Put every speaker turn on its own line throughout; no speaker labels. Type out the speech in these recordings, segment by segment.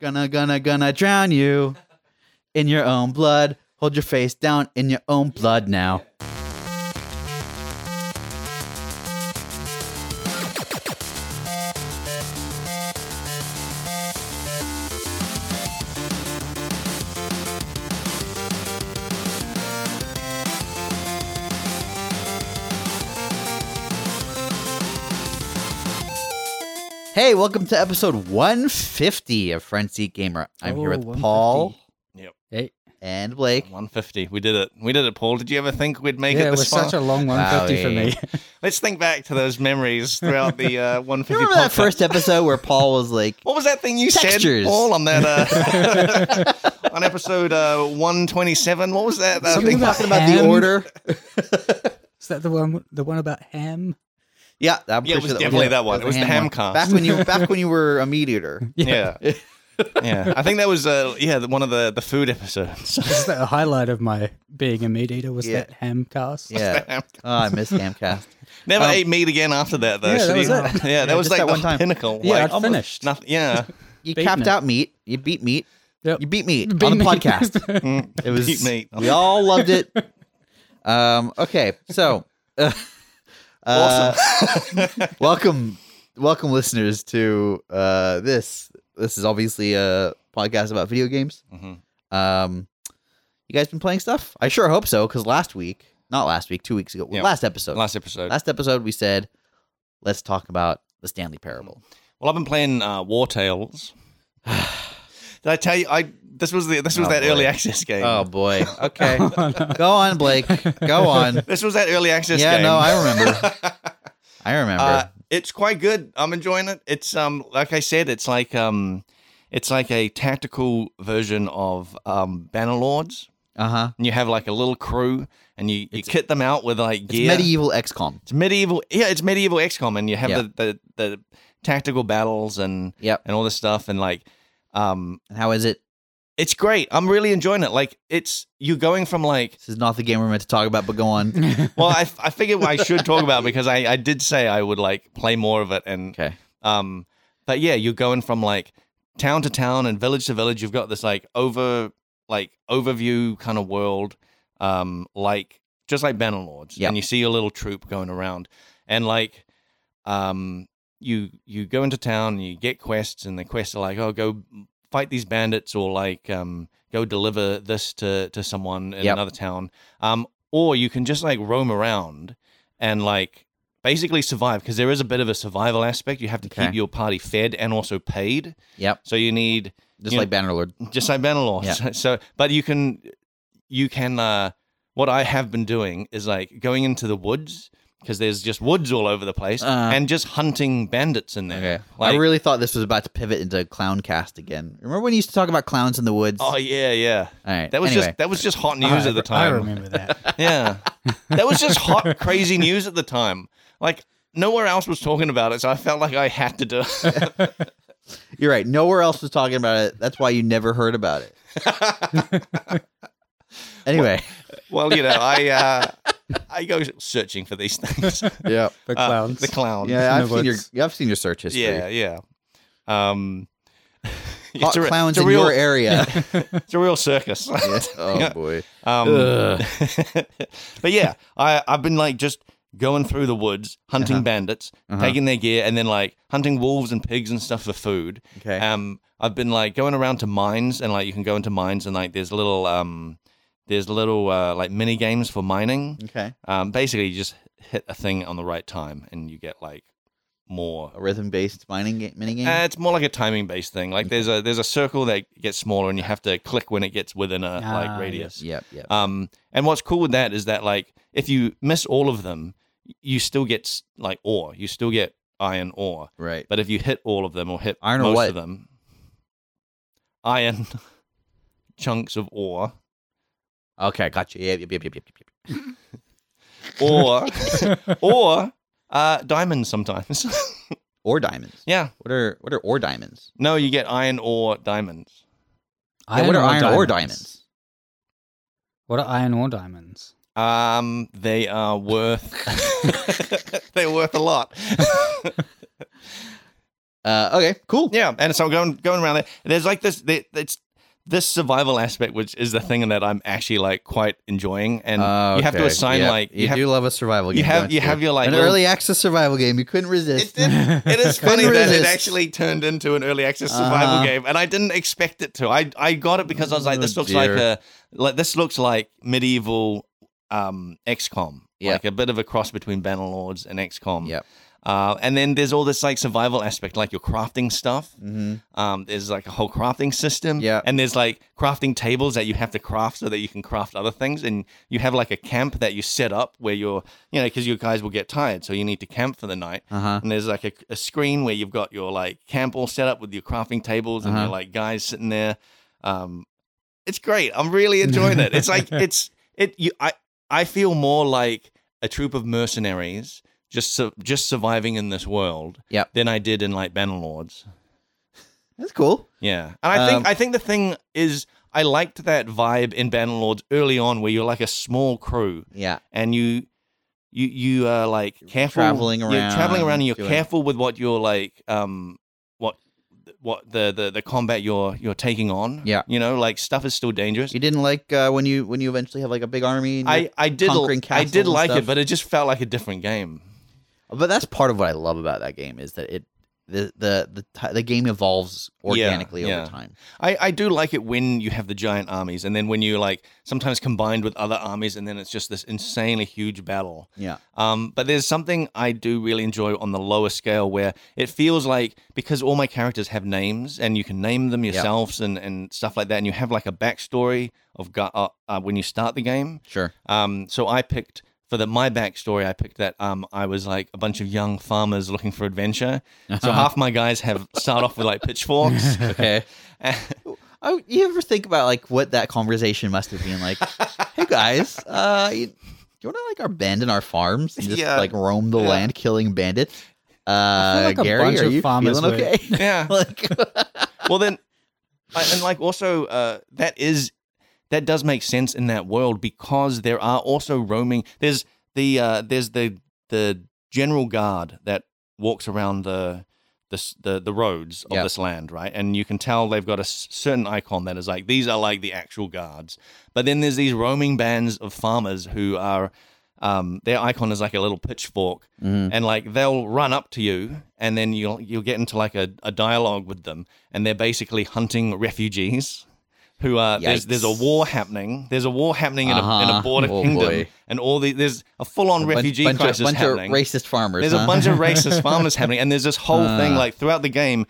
Gonna, gonna, gonna drown you in your own blood. Hold your face down in your own blood now. Hey, welcome to episode 150 of Front Seat Gamer. I'm here
Oh,
with Paul
150.
Yep.
Hey,
and Blake.
150. We did it. We did it, Paul. Did you ever think we'd make
yeah,
it
it was
this far?
such a long 150 for me.
Let's think back to those memories throughout the uh, 150.
You remember that
podcast.
first episode where Paul was like,
What was that thing you
Textures.
said, Paul, on that uh, on episode uh, 127? What was that? that
Something
thing?
about-
talking about the
Ham?
order?
Is that the one? The one about ham?
Yeah, I'm pretty
yeah, it was
sure
definitely
yeah,
that one. It was the
ham
ham
one.
cast.
Back when you back when you were a meat eater.
yeah. yeah. I think that was uh, yeah the- one of the, the food episodes.
Is that a highlight of my being a meat eater? Was
Yeah.
that ham cast?
Yeah. Oh, I missed Hamcast.
Never
Um,
ate meat again after that though.
yeah,
so
that was
you-
it.
yeah, that
Yeah,
was
just
like
that
the
one time.
pinnacle.
Yeah,
like,
I'd
almost
finished.
Nothing, yeah,
You
Beat
capped
meat.
out meat. You beat meat.
Yep.
You beat meat
Beat
on the
meat.
podcast.
Mm,
It was
Beat meat.
We all loved it. Um, okay, so uh, uh, welcome, welcome, listeners to uh, this. This is obviously a podcast about video games.
Mhm.
Um, you guys been playing stuff? I sure hope so. Because last week, not last week, two weeks ago,
Yeah.
last episode,
Last episode.
last episode, we said let's talk about the Stanley Parable.
Well, I've been playing uh, War Tales. Did I tell you? I this was the this was
Oh,
that
boy.
early access game.
Oh boy. Okay,
Oh, no.
go on, Blake. Go on.
This was that early access
yeah,
game.
no, I remember. I remember.
Uh, it's quite good. I'm enjoying it. It's um like I said, it's like um it's like a tactical version of um Bannerlords.
Uh huh.
And you have like a little crew and you, you kit them out with like
It's
gear.
medieval XCOM.
It's medieval. Yeah, it's medieval XCOM, and you have
Yeah.
the, the the tactical battles and
Yep.
and all this stuff, and like um
And how is it?
it's great. I'm really enjoying it. Like it's you're going from like
This is not the game we're meant to talk about, but go on.
well, I I figured I should talk about it because I I did say I would like play more of it and
Okay.
um but yeah, you're going from like town to town and village to village. You've got this like over like overview kind of world um like just like Bannerlords
Yeah.
and you see your little troop going around and like um you you go into town and you get quests and the quests are like oh go fight these bandits or like um go deliver this to to someone in
Yep.
another town um or you can just like roam around and like basically survive because there is a bit of a survival aspect you have to
Okay.
keep your party fed and also paid
Yep.
so you need
Just
You
like Bannerlord.
just like Bannerlord.
Yeah.
So, but you can, you can. Uh, what I have been doing is like going into the woods because there's just woods all over the place,
Uh.
and just hunting bandits in there.
Okay.
Like,
I really thought this was about to pivot into clown cast again. Remember when you used to talk about clowns in the woods?
Oh yeah, yeah.
All right.
That was
anyway.
just that was just hot news
I,
at the
I
time.
remember that.
Yeah, that was just hot, crazy news at the time. Like nowhere else was talking about it, so I felt like I had to do. it.
You're right. Nowhere else was talking about it. That's why you never heard about it. anyway.
well, you know, I uh, I go searching for these things.
yeah.
The
Uh,
clowns.
the clown.
Yeah, I've
the
seen
woods.
your I've seen your search history.
Yeah, yeah. Um, it's
Hot
a re-
clowns
it's
in
a real,
your area.
It's a real circus.
oh
Yeah.
boy.
um, but yeah, I I've been like just going through the woods, hunting
Uh-huh.
bandits,
Uh-huh.
taking their gear, and then like hunting wolves and pigs and stuff for food.
Okay.
Um, I've been like going around to mines, and like you can go into mines, and like there's little um, there's little uh, like mini games for mining.
okay.
Um, basically, you just hit a thing on the right time, and you get like more
A rhythm based mining game mini game.
Uh, it's more like a timing based thing. Like there's a there's a circle that gets smaller, and you have to click when it gets within a
Ah,
like radius.
yep, yep.
Um, and what's cool with that is that like if you miss all of them, you still get s- like ore. You still get iron ore.
right.
But if you hit all of them or hit
Iron or
most
what?
of them, iron chunks of ore
Okay, gotcha. Yep, yep, yep, yep, yep, yep.
or or uh, diamonds sometimes.
Or diamonds.
yeah.
What are what are ore diamonds?
No, you get iron ore diamonds.
Yeah, what are iron ore diamonds?
What are iron ore diamonds?
Um, they are worth. they're worth a lot.
Uh, okay, cool.
Yeah, and so going going around there, there's like this. there- It's this survival aspect, which is the thing that I'm actually like quite enjoying, and
Uh,
you have to
okay.
assign
Yep.
like
you,
you, have.
do love a survival
you
game.
have-
don't
you have your, like,
an
little-
early access survival game. You couldn't resist.
It did- it is funny
Couldn't
that it
resist.
actually turned into an early access survival
Uh-huh.
game, and I didn't expect it to. I I got it because I was like,
Oh,
this looks
dear.
like a like this looks like medieval um XCOM,
Yeah.
like a bit of a cross between Bannerlords and XCOM.
Yep.
Uh, and then there's all this like survival aspect, like you're crafting stuff.
hmm
Um, there's like a whole crafting system.
Yeah.
And there's like crafting tables that you have to craft so that you can craft other things. And you have like a camp that you set up where you're, you know, because you guys will get tired. So you need to camp for the night.
Uh huh.
And there's like a, a screen where you've got your like camp all set up with your crafting tables and
Uh-huh.
your like guys sitting there. Um, it's great. I'm really enjoying it. It's like, it's, it, you, I, I feel more like a troop of mercenaries just, su- just surviving in this world
Yep.
than I did in like Bannerlords.
That's cool.
Yeah, and I think
Um,
I think the thing is I liked that vibe in Bannerlords early on, where you're like a small crew
Yeah.
and you you you are like careful
traveling
you're traveling around,
around,
and you're
doing-
careful with what you're like um what what the the, the combat you're you're taking on.
Yeah.
you know, like stuff is still dangerous.
You didn't like uh, when you when you eventually have like a big army. And you-
I, I did l-
conquering
I
castles
did
and
like it,
stuff.
but it just felt like a different game.
but that's part of what I love about that game is that it the the the, ti- the game evolves organically
yeah.
over time.
I, I do like it when you have the giant armies, and then when you like sometimes combined with other armies, and then it's just this insanely huge battle.
Yeah.
Um, but there's something I do really enjoy on the lower scale where it feels like because all my characters have names and you can name them yourselves and, and stuff like that, and you have like a backstory of gu- uh, uh, when you start the game.
Sure.
Um, so I picked for the my backstory, I picked that um, I was like a bunch of young farmers looking for adventure. So
Uh-huh.
half my guys have start off with like pitchforks.
Okay. Oh, you ever think about like what that conversation must have been like? hey guys, uh, you, do you want to like abandon our farms and just
Yeah.
like roam the
Yeah.
land killing bandits? Uh,
feel like a
Gary,
bunch
are
of
you
farmers
feeling
would.
okay?
yeah.
like,
well then I- and like also uh that is that does make sense in that world because there are also roaming there's the uh there's the the general guard that walks around the the s- the, the roads of
Yeah.
this land right and you can tell they've got a s- certain icon that is like these are like the actual guards but then there's these roaming bands of farmers who are um, their icon is like a little pitchfork
Mhm.
and like they'll run up to you and then you'll you'll get into like a, a dialogue with them and they're basically hunting refugees who are there's,
Yikes.
there's a war happening there's a war happening in, a, in a
Uh-huh.
border
Oh,
kingdom
boy.
and all the there's a full-on
bunch-
refugee
bunch,
crisis
of, bunch of
happening
racist farmers.
there's
huh?
a bunch of racist farmers happening and there's this whole thing
Uh.
like throughout the game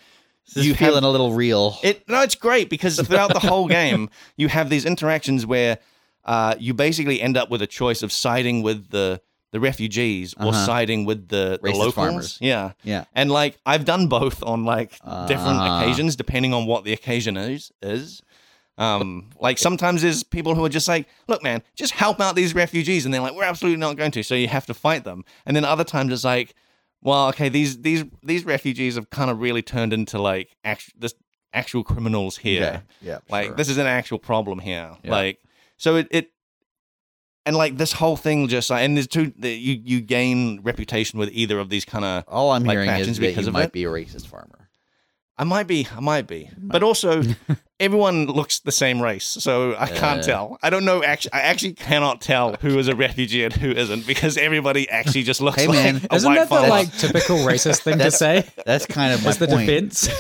This is
you have
feeling a little real.
it no, it's great because throughout the whole game you have these interactions where uh, you basically end up with a choice of siding with the the refugees or
Uh-huh.
siding with the, the
Racist
locals.
farmers.
Yeah,
yeah.
and like I've done both on like different
Ah.
occasions depending on what the occasion is is. Um, like sometimes there's people who are just like, look, man, just help out these refugees, and they're like, we're absolutely not going to, so you have to fight them. And then other times it's like, well, okay, these these these refugees have kind of really turned into like act- this actual criminals here.
Okay. Yeah.
Like
sure.
this is an actual problem here.
Yeah.
Like so it, it and like this whole thing just like and there's two the, you you gain reputation with either of these kind of
All I'm
like,
hearing is
factions
that
because
you
of
might
it?
be a racist farmer.
I might be, I might be,
Mm.
but also everyone looks the same race, so I can't
Yeah.
tell. I don't know. Actually, I actually cannot tell who is a refugee and who isn't because everybody actually just looks
Hey,
like
man.
a
Isn't
white
that
fella.
the like typical racist thing to
That's
say?
That's kind of my
As the
point.
defense?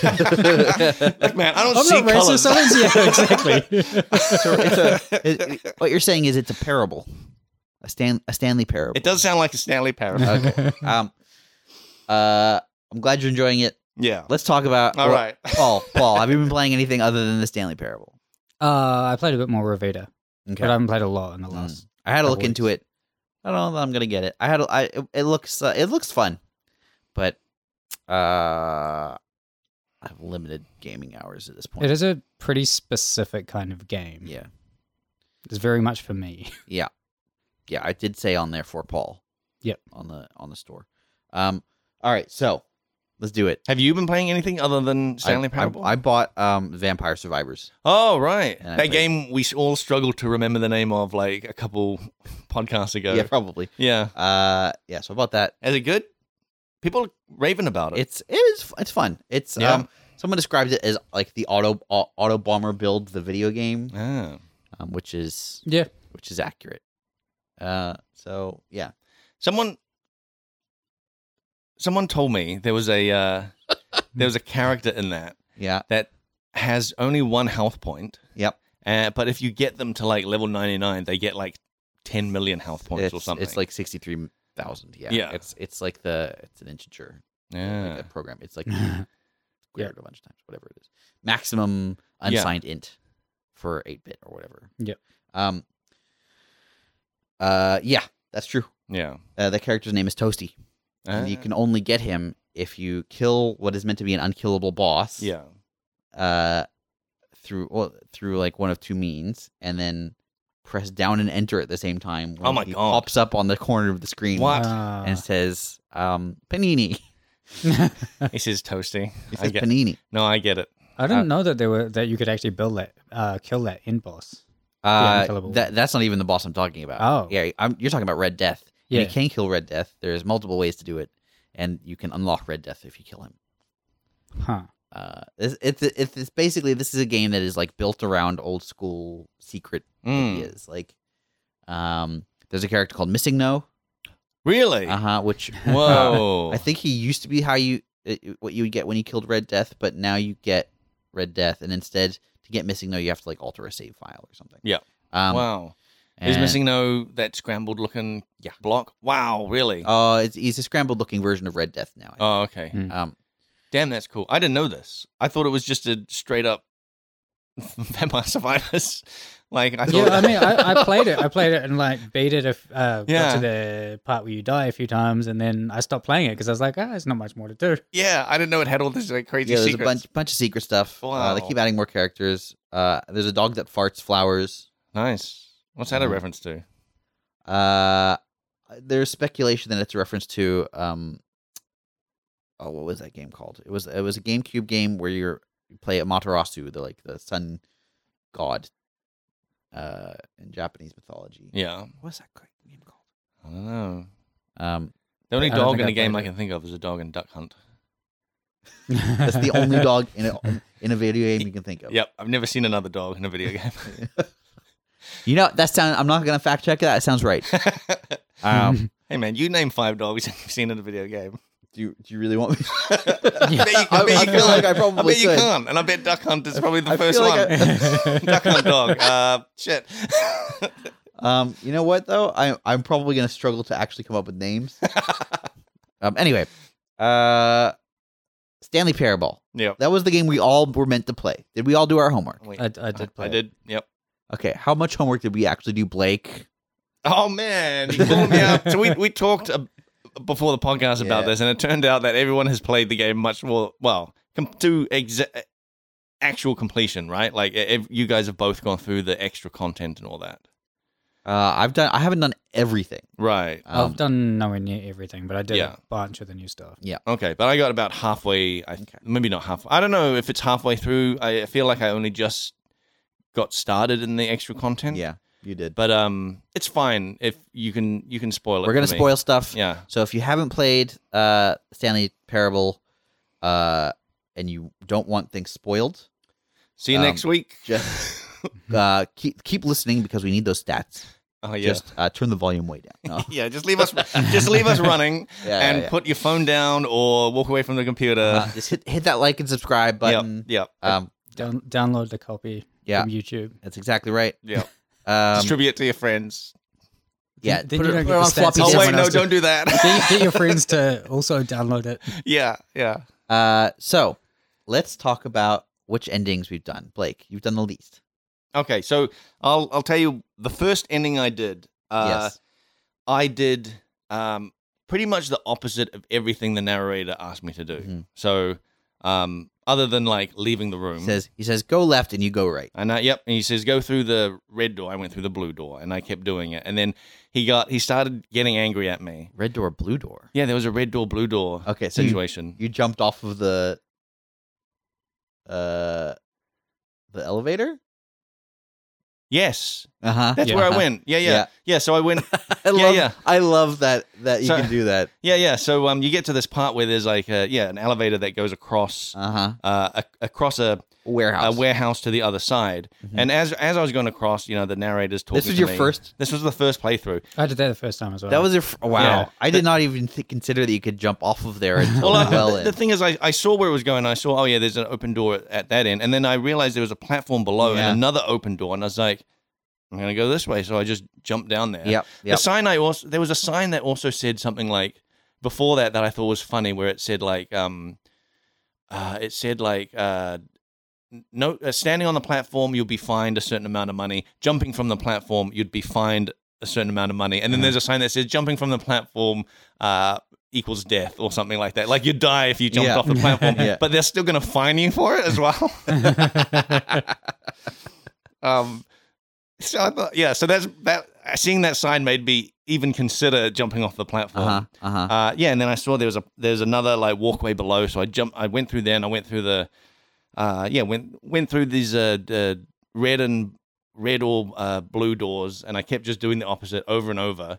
Look, man, I don't
I'm
see
not racist.
colors.
I'm yeah, exactly.
It's a- it- it- what you're saying is it's a parable, a Stan a Stanley parable.
It does sound like a Stanley parody.
okay.
Mm.
Um, uh, I'm glad you're enjoying it.
yeah.
Let's talk about.
All right.
Paul. Paul, have you been playing anything other than the Stanley Parable?
Uh, I played a bit more Revita,
Okay.
but I haven't played a lot in the
Mm.
last.
I had a
Couple
look into it. I don't know that I'm gonna get it. I had. A, I. It, it looks. Uh, it looks fun, but uh, I have limited gaming hours at this point.
It is a pretty specific kind of game.
Yeah.
It's very much for me.
Yeah. Yeah, I did say on there for Paul.
Yep.
On the on the store. Um all right, so let's do it.
Have you been playing anything other
I-
than
I,
Stanley Parable?
I, bought um Vampire Survivors.
oh, right.
And I
that
played-
game we all struggled to remember the name of like a couple podcasts ago.
Yeah, probably.
yeah.
Uh yeah, so I bought that.
Is it good? people are raving about it.
It's it is it's fun. It's
Yeah.
um someone described it as like the auto au- auto bomber build the video game,
Ah.
um, which is
Yeah.
which is accurate. Uh, so yeah,
Someone someone told me there was a uh, there was a character in that
yeah,
that has only one health point.
Yep.
Uh, but if you get them to like level 99, they get like 10 million health points
it's,
or something.
it's like sixty three thousand. Yeah,
Yeah.
It's it's like the it's an integer like
yeah.
a program. It's like squared a bunch of times, whatever it is. Maximum unsigned int for eight bit or whatever.
Yep.
Um. Uh. Yeah, that's true.
Yeah.
Uh, the character's name is Toasty. and you
Ah.
can only get him if you kill what is meant to be an unkillable boss.
Yeah.
Uh, through well, through like one of two means, and then press down and enter at the same time.
Oh my
he
God.
Pops up on the corner of the screen.
What?
Uh,
And says, um, "Panini."
He says toasty.
It
I
says
get,
Panini.
no, I get it.
I didn't
uh,
know that there were that you could actually build that, uh, kill that in boss.
Uh,
unkillable.
that that's not even the boss I'm talking about.
Oh.
yeah, I'm, you're talking about Red Death.
Yeah.
You can kill Red Death. There's multiple ways to do it, and you can unlock Red Death if you kill him.
Huh.
Uh, it's, it's, it's, it's basically this is a game that is like built around old school secret
Mm.
ideas. Like, um, there's a character called Missing No,
Really?
uh huh, which
Whoa.
I think he used to be how you it, what you would get when you killed Red Death, but now you get Red Death, and instead to get Missing No, you have to like alter a save file or something.
Yeah.
Um,
wow. Is
and-
missing no that scrambled looking
Yeah.
block? Wow, really? Oh,
Uh, it's, he's a scrambled looking version of Red Death now. I
okay.
Mm.
think. Um,
Damn, that's cool. I didn't know this. I thought it was just a straight up Vampire Survivors. Like I
Yeah,
thought.
I mean, I, I played it. I played it and like beat it. A f- uh,
Yeah.
got to the part where you die a few times, and then I stopped playing it because I was like, ah, there's not much more to do.
yeah, I didn't know it had all this like crazy
yeah, there's
secrets.
a bunch bunch of secret stuff. Uh, they
Wow.
keep adding more characters. Uh, there's a dog that farts flowers.
Nice. What's that a
Mhm.
reference to?
Uh, there's speculation that it's a reference to um, oh, what was that game called? It was it was a GameCube game where you're you play a Matarasu, the like the sun god, uh, in Japanese mythology.
Yeah,
What's that game called?
I don't know.
Um,
The only
I don't
dog
think
in the
I've
game I
played it.
can think of is a dog in Duck Hunt.
that's the only dog in a in a video game you can think of.
Yep, I've never seen another dog in a video game.
You know that sound. I'm not gonna fact check that. It sounds right. Um,
hey man, you name five dogs you've seen in a video game.
do you do you really want me?
I bet you- I
I,
bet
I
you
feel
can't.
like I
I
probably
bet you
could.
can't, and I bet Duck Hunt is probably the
I feel
first
like
one. Duck Hunt dog. Uh, shit.
Um, you know what though? I I'm probably gonna struggle to actually come up with names. um, anyway, uh, Stanley Parable.
yep.
That was the game we all were meant to play. Did we all do our homework?
Wait,
I, I did play.
I did. Yep.
Okay, how much homework did we actually do, Blake?
Oh man, you pulled me up. So we we talked uh, before the podcast about
Yeah.
this, and it turned out that everyone has played the game much more well com- to exa- actual completion, right? Like e- ev- you guys have both gone through the extra content and all that,
Uh, I've done. I haven't done everything.
right?
I've
Um,
done nowhere near everything, but I did
Yeah.
a bunch of the new stuff.
Okay, but I got about halfway. I th-
Okay.
maybe not half. I don't know if it's halfway through. I feel like I only just got started in the extra content.
yeah, you did.
but um, it's fine if you can you can spoil it.
We're gonna
for me.
spoil stuff.
Yeah.
So if you haven't played uh, Stanley Parable, uh, and you don't want things spoiled,
See you
Um,
next week.
just- uh, keep keep listening because we need those stats.
oh yeah.
Just uh, turn the volume way down. No.
Yeah, just leave us just leave us running
Yeah,
and
yeah, yeah.
put your phone down or walk away from the computer.
Uh, just hit hit that like and subscribe button.
Yep, yep,
Um,
Down, download the copy
yeah,
from YouTube.
that's exactly right.
yep.
Um,
Distribute it to your friends.
yeah,
Then
put
you
it,
don't
put
get
it
the
on
stats
floppy
of
disk.
oh wait,
someone
no,
else to-
don't do that.
Get, get your friends to also download it.
yeah, yeah.
Uh, so let's talk about which endings we've done. Blake, you've done the least.
Okay, so I'll I'll tell you the first ending I did. Uh,
yes.
I did um, pretty much the opposite of everything the narrator asked me to do.
Mhm.
So, um, other than like leaving the room,
He says he says go left and you go right.
And I, yep, and he says go through the red door. I went through the blue door, and I kept doing it. And then he got he started getting angry at me.
Red door, blue door.
Yeah, there was a red door, blue door
Okay, so you,
situation.
you jumped off of the uh the elevator?
Yes,
Uh huh.
that's
Yeah.
where I
Uh-huh.
went. Yeah, yeah,
Yeah.
yeah. so I went.
I
Yeah,
love,
yeah.
I love that that you
So-
can do that.
yeah, yeah. So um, you get to this part where there's like a yeah, an elevator that goes across
Uh huh.
uh ac across a, a
Warehouse.
warehouse to the other side.
Mhm.
And as as I was going across, you know, the narrator's talking.
this was
to
your
me.
first.
This was the first playthrough.
I did that the first time as well.
That was your. F- wow.
Yeah.
I did not even th- consider that you could jump off of there until
Well, I,
well, in.
the thing is, I, I saw where it was going. I saw, oh yeah, there's an open door at that end, and then I realized there was a platform below
Yeah.
and another open door, and I was like, I'm gonna go this way. So I just jumped down there.
yep. Yep.
The sign I also there was a sign that also said something like before that that I thought was funny, where it said like um, uh, it said like uh. n- No, uh, standing on the platform, you'll be fined a certain amount of money. Jumping from the platform, you'd be fined a certain amount of money. And then
Mhm.
there's a sign that says jumping from the platform uh, equals death or something like that. Like you die if you jumped
Yeah.
off the platform,
Yeah.
but they're still going to fine you for it as well. um, so I thought, yeah, so that's that. Seeing that sign made me even consider jumping off the platform.
Uh huh. Uh huh.
Uh, yeah, and then I saw there was a there's another like walkway below, so I jumped. I went through there, and I went through the, uh, yeah, went went through these uh, d- red and red or uh, blue doors, and I kept just doing the opposite over and over.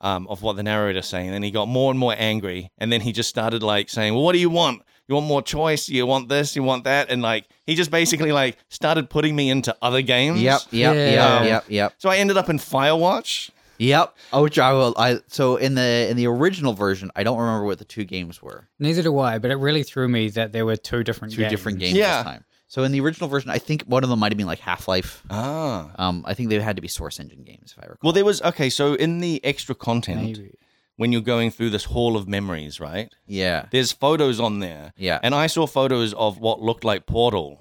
Um, of what the narrator's saying, and he got more and more angry, and then he just started like saying, "Well, what do you want? You want more choice? You want this? You want that?" And like he just basically like started putting me into other games.
Yep. Yep.
Yeah.
Yep. Yep. Yep.
So I ended up in Firewatch.
Yep. Oh, which I will. I so in the in the original version, I don't remember what the two games were.
Neither do I, but it really threw me that there were two different
Two different games
Yeah.
this time. So in the original version, I think one of them might have been like Half Life.
Ah.
Um, I think they had to be Source Engine games, if I recall.
Well, there was okay. So in the extra content,
Maybe.
when you're going through this hall of memories, right?
Yeah.
There's photos on there,
Yeah.
and I saw photos of what looked like Portal,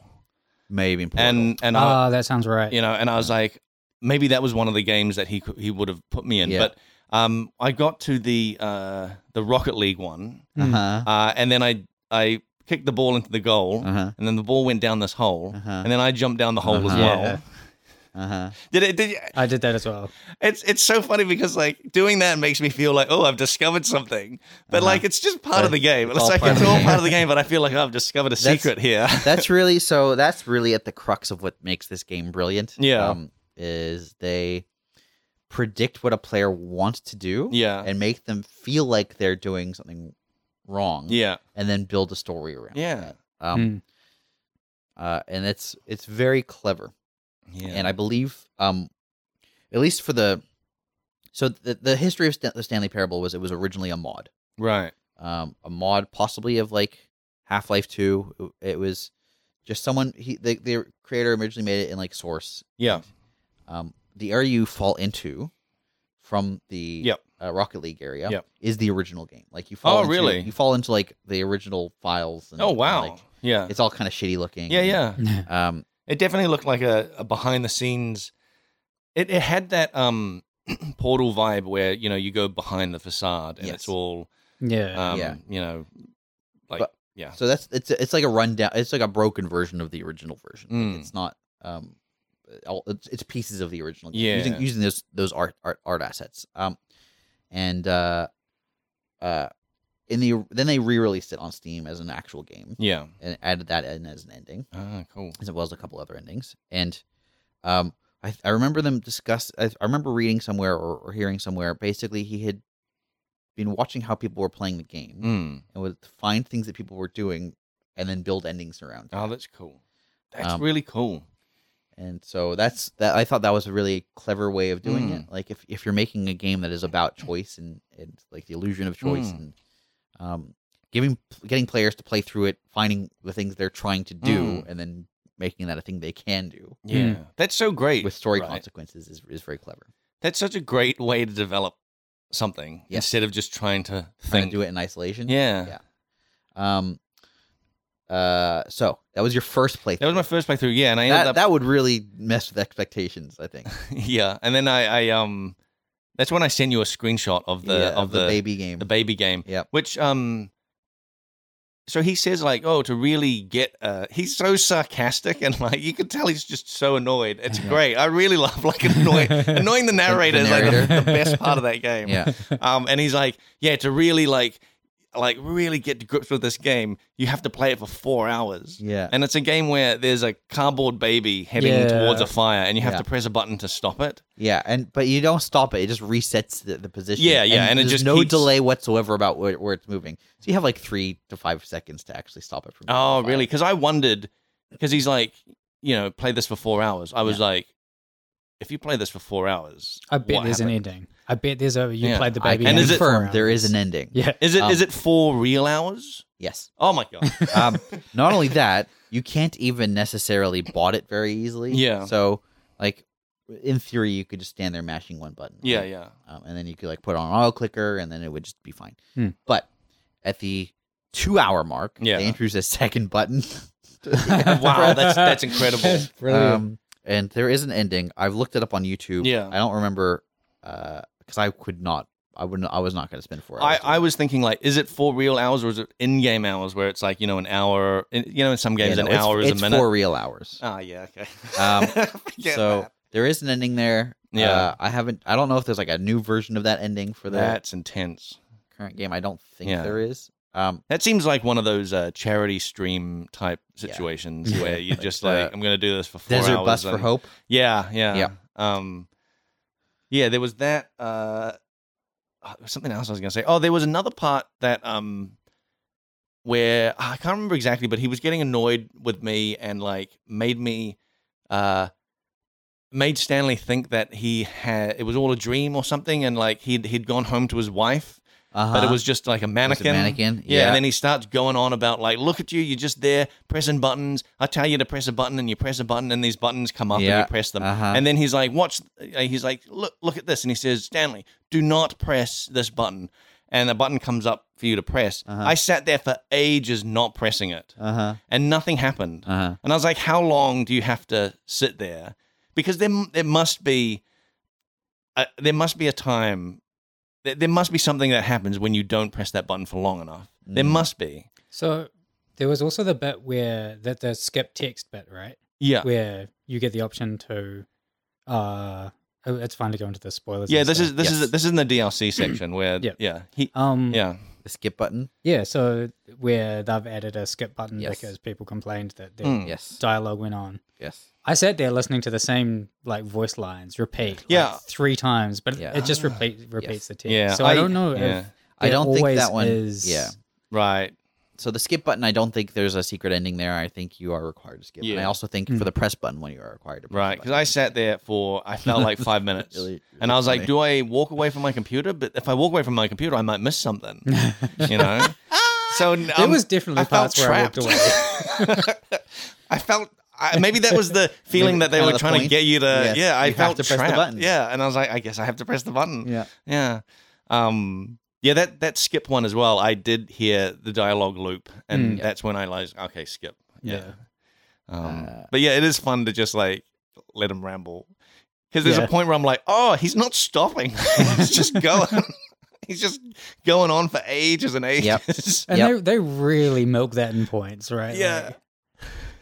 Maybe. in Portal.
and and I,
Ah, that sounds right.
you know, and I was like, maybe that was one of the games that he could, he would have put me in,
Yeah.
but um, I got to the uh, the Rocket League one,
Hmm.
Uh-huh.
uh, and then I I kicked the ball into the goal,
Uh-huh.
and then the ball went down this hole,
Uh-huh.
and then I jumped down the hole as
Uh-huh.
well.
Yeah.
Uh-huh.
Did it? Did you,
I did that as well.
It's it's so funny because like doing that makes me feel like oh I've discovered something, but
Uh-huh.
like it's just part
But
of the game. It's,
all
like
part
it's
of the
all
game.
part of the game, but I feel like oh, I've discovered a
That's-
secret here.
that's really so that's really at the crux of what makes this game brilliant
Yeah.
um, is they predict what a player wants to do
yeah,
and make them feel like they're doing something wrong
yeah,
and then build a story around
Yeah.
that. um uh, and it's it's very clever
yeah.
and i believe um at least for the so the, the history of Stan- the stanley parable was it was originally a mod
right.
um, a mod possibly of like Half Life Two. It was just someone he the, the creator originally made it in like Source.
Yeah.
Um, the area you fall into from the
Yep.
uh, Rocket League area
Yep.
is the original game. Like you fall.
Oh,
into-
really?
You fall into like the original files. And,
Oh
and,
wow.
like,
yeah.
it's all kind of shitty looking.
Yeah, yeah.
Mm.
Um,
It definitely looked like a, a behind the scenes. It it had that um portal vibe where you know you go behind the facade and
Yes.
it's all
yeah.
um
Yeah.
you know like
But-
yeah
so that's it's it's like a rundown. It's like a broken version of the original version. Like,
Mm.
it's not. Um, all, it's, it's pieces of the original game
Yeah.
using using those those art art, art assets. Um, and uh, uh, in the then they re-released it on Steam as an actual game
yeah.
and added that in as an ending,
Ah, cool.
as well as a couple other endings. And um, I I remember them discuss. I, I remember reading somewhere or, or hearing somewhere. Basically, he had been watching how people were playing the game
Mm.
and would find things that people were doing and then build endings around. it.
Oh, that's cool. That's
Um,
really cool.
And so that's that I thought that was a really clever way of doing
Mm.
it. Like if, if you're making a game that is about choice and, and like the illusion of choice
Mm.
and um giving getting players to play through it, finding the things they're trying to do
Mm.
and then making that a thing they can do
Yeah, Mm. that's so great.
with story
Right.
consequences is, is very clever.
That's such a great way to develop something
Yes.
instead of just trying to
Trying to
think.
do it in isolation.
Yeah.
Yeah. Um uh so that was your first playthrough.
that was my first playthrough. Yeah, and I ended
that,
up.
that would really mess with expectations, I think.
yeah, and then I, I um, that's when I sent you a screenshot of the
Yeah,
of, the,
baby game.
the baby game.
Yep.
which um. So he says like, "Oh, to really get." Uh, he's so sarcastic and like you can tell he's just so annoyed. It's
Yeah.
great. I really love like annoying annoying the narrator is like the,
narrator.
the best part of that game.
yeah.
Um, and he's like, yeah, to really like like really get to grips with this game, you have to play it for four hours.
Yeah.
And it's a game where there's a cardboard baby heading
Yeah.
towards a fire, and you have
Yeah.
to press a button to stop it.
Yeah, and but you don't stop it; it just resets the, the position.
Yeah, yeah, and it
there's
just
no
keeps-
delay whatsoever about where, where it's moving. So you have like three to five seconds to actually stop it from. moving
Oh,
fire.
really? Because I wondered, because he's like, you know, play this for four hours. I was like, if you play this for four hours,
I bet
what
there's an
happened?
ending. I bet there's a you
Yeah.
played the
I
baby.
can
And is it-
confirm there is an
ending.
ending.
Yeah.
Is it is
Um,
it four real hours?
Yes.
Oh my god!
Um, not only that, you can't even necessarily bot it very easily.
Yeah.
So, like, in theory, you could just stand there mashing one button.
yeah,
right?
yeah.
um, and then you could like put on an auto clicker and then it would just be fine
Hmm.
but at the two hour mark
Yeah.
they introduced a second button
Wow, that's- that's incredible. Uh,
Brilliant.
um, and there is an ending i've looked it up on youtube
Yeah.
i don't remember because i could not i wouldn't i was not going to spend four
I,
hours
I was thinking like, is it four real hours or is it in-game hours where it's like you know an hour? in- You know, in some
doing it.
games
Yeah, no,
an
it's-
hour is
it's
a minute.
four real hours
Ah, yeah, okay.
Um,
Forget
so
that.
there is an ending there
Yeah.
Uh, i haven't i don't know if there's like a new version of that ending for the
that's intense.
current game i don't think
Yeah.
there is um
That seems like one of those uh, charity stream type
Yeah.
situations
Yeah.
where you're just
the
like, I'm going to do this for four
desert
hours.
bus for
and-
hope
Yeah, yeah,
Yeah.
Um, yeah, there was that. Uh, uh, something else I was going to say. Oh, there was another part that um, where I can't remember exactly, but he was getting annoyed with me and like made me, uh, made Stanley think that he had it was all a dream or something, and like he'd he'd gone home to his wife,
uh-huh.
but it was just like a
It's a
mannequin.
mannequin
Yeah, and then he starts going on about like, look at you, you're just there pressing buttons. I tell you to press a button, and you press a button, and these buttons come up,
Yeah.
and you press them.
Uh-huh.
And then he's like, watch. uh, He's like, look, look at this, and he says, Stanley, do not press this button. And a button comes up for you to press.
Uh-huh.
I sat there for ages not pressing it,
Uh huh.
and nothing happened.
Uh huh.
And I was like, how long do you have to sit there? Because there, there must be, a, there must be a time. There, there must be something that happens when you don't press that button for long enough. There
Mm.
must be.
So there was also the bit where that the skip text bit, right?
Yeah.
Where you get the option to uh oh, it's finally going to the spoilers.
Yeah,
and
this
stuff.
is this
Yes.
is this is in the DLC section where yeah.
Yeah.
Yeah. He
um yeah.
yeah.
The skip button.
yeah, so where they've added a skip button
Yes. Hmm.
because people complained that their
Mm.
Yes.
dialogue went on.
Yes.
I sat there listening to the same like voice lines repeat like,
Yeah.
three times, but
Yeah.
it just
Ah.
repeat repeats
Yes.
the text.
Yeah,
So I,
I-
don't know
Yeah.
if
I
there
don't think
always
that one.
is
Yeah.
Right.
So the skip button, I don't think there's a secret ending there. I think you are required to skip. And I
Yeah.
also think
Mm.
for the press button when you are required to. Press
Right. Because I sat there for I felt like five minutes. and I was like, do I walk away from my computer? But if I walk away from my computer, I might miss something. You know? so um, n-
There
I'm-
was definitely
I felt
parts where
trapped.
I walked away.
I felt I, maybe that was the feeling
Maybe
that they
kind of
were
the
trying to
point.
get you to.
Yes,
Yeah, I
you have
felt
to press the
trapped.
buttons.
Yeah, and I was like, I guess I have to press the button.
Yeah.
Yeah. Um yeah, that that skip one as well. I did hear the dialogue loop and
Mm.
that's when I realized okay, skip. Yeah. Um
Uh,
but yeah, it is fun to just like let him ramble. Cuz there's
Yeah.
a point where I'm like, "Oh, he's not stopping. he's just going. he's just going on for ages and ages."
Yep.
And
Yep.
they, they really milk that in points, right?
Yeah.
Like,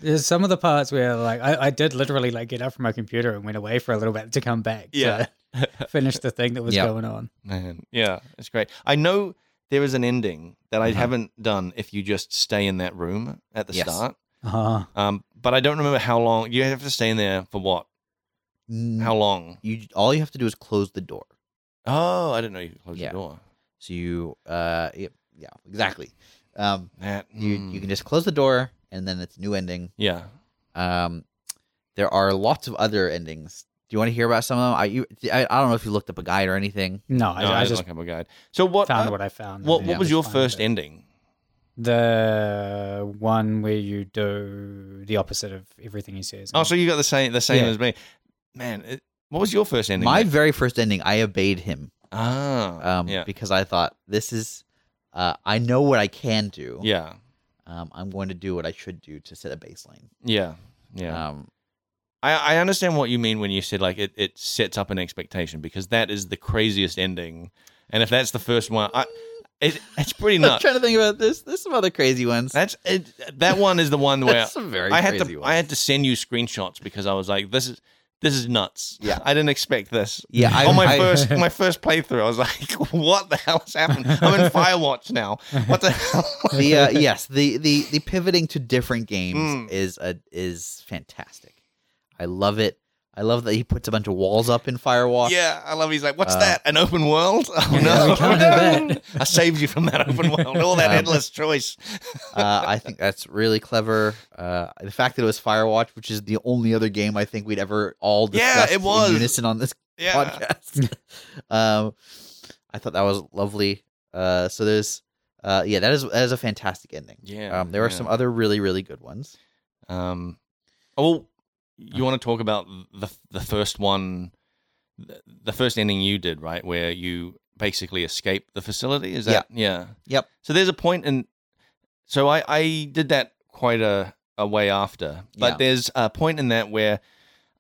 there's some of the parts where like I, I did literally like get up from my computer and went away for a little bit to come back
Yeah.
to finish the thing that was
Yeah.
going on.
Man, yeah, it's great. I know there is an ending that I
Uh-huh.
haven't done if you just stay in that room at the
Yes.
start.
Uh,
Um, but I don't remember how long you have to stay in there for what? How
How
long?
you all you have to do is close the door.
Oh, I didn't know you could close
Yeah.
the door.
So you, uh, yeah, yeah, exactly. Um,
That
you
hmm.
you can just close the door and then it's a new ending.
yeah.
Um, there are lots of other endings. Do you want to hear about some of them? I you I, I don't know if you looked up a guide or anything.
no, I,
No,
I
I
just
just a guide. So what?
found
uh,
what I found.
what?
and
What
then
was
just
your
found
first
it.
ending?
The one where you do the opposite of everything he says.
Oh, so you got the same the same
Yeah.
as me. Man, it, what was your first ending?
My
mate?
very first ending, I obeyed him
ah,
um,
yeah,
because I thought this is, uh, I know what I can do.
yeah,
Um, I'm going to do what I should do to set a baseline.
yeah, yeah.
Um,
I, I understand what you mean when you said like it, it sets up an expectation because that is the craziest ending, and if that's the first one, I, it, it's pretty
I'm
nuts.
trying to think about this. There's some other crazy ones.
That's it, that one is the one where
That's some very
I had
crazy
to
ones.
I had to send you screenshots because I was like this is this is nuts.
Yeah.
I didn't expect this.
Yeah, I-
on my
I-
first my first playthrough, I was like, "What the hell has happened? I'm in Firewatch now. What the hell?"
the uh, yes, the the the pivoting to different games
Mm.
is a is fantastic. I love it. I love that he puts a bunch of walls up in Firewatch.
yeah, I love. He's like, "What's
Uh,
that? An open world? Oh
Yeah,
no,
we can't have that.
I saved you from that open world. All that
Um,
endless choice.
uh, I think that's really clever. Uh, the fact that it was Firewatch, which is the only other game I think we'd ever all
Yeah,
discussed
it was.
in unison on this
Yeah,
podcast. um, I thought that was lovely. Uh, so there's, uh, yeah, that is that is a fantastic ending.
yeah.
um, there are
yeah.
some other really really good ones.
Um, oh, you want to talk about the the first one, the- the first ending you did, right? Where you basically escape the facility. Is that yeah?
Yep.
So there's a point in. So I I did that quite a a way after, but
Yeah.
there's a point in that where.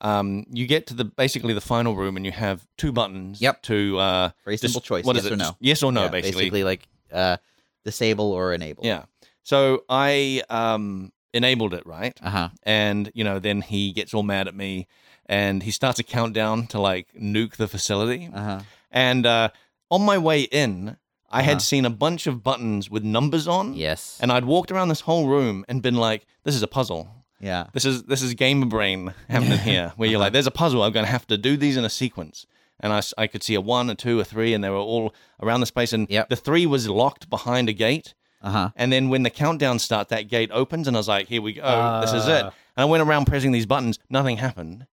Um, you get to the basically the final room, and you have two buttons.
Yep.
To uh,
Very
dis-
simple choice.
What
yes
is it?
or no?
Just Yes or no,
Yeah, like uh, disable or enable.
Yeah. So I um enabled it, right?
Uh huh.
and you know then he gets all mad at me and he starts a countdown to like nuke the facility
Uh huh.
and uh, on my way in i
Uh-huh.
had seen a bunch of buttons with numbers on
Yes.
and i'd walked around this whole room and been like this is a puzzle
yeah.
this is this is gamer brain happening here where you're
Uh-huh.
like there's a puzzle i'm going to have to do these in a sequence and I, s- I could see a one a two a three and they were all around the space and
Yep.
the three was locked behind a gate
Uh huh.
and then when the countdown starts, that gate opens, and I was like, "Here we go, this is it." And
Ah.
I went around pressing these buttons. Nothing happened,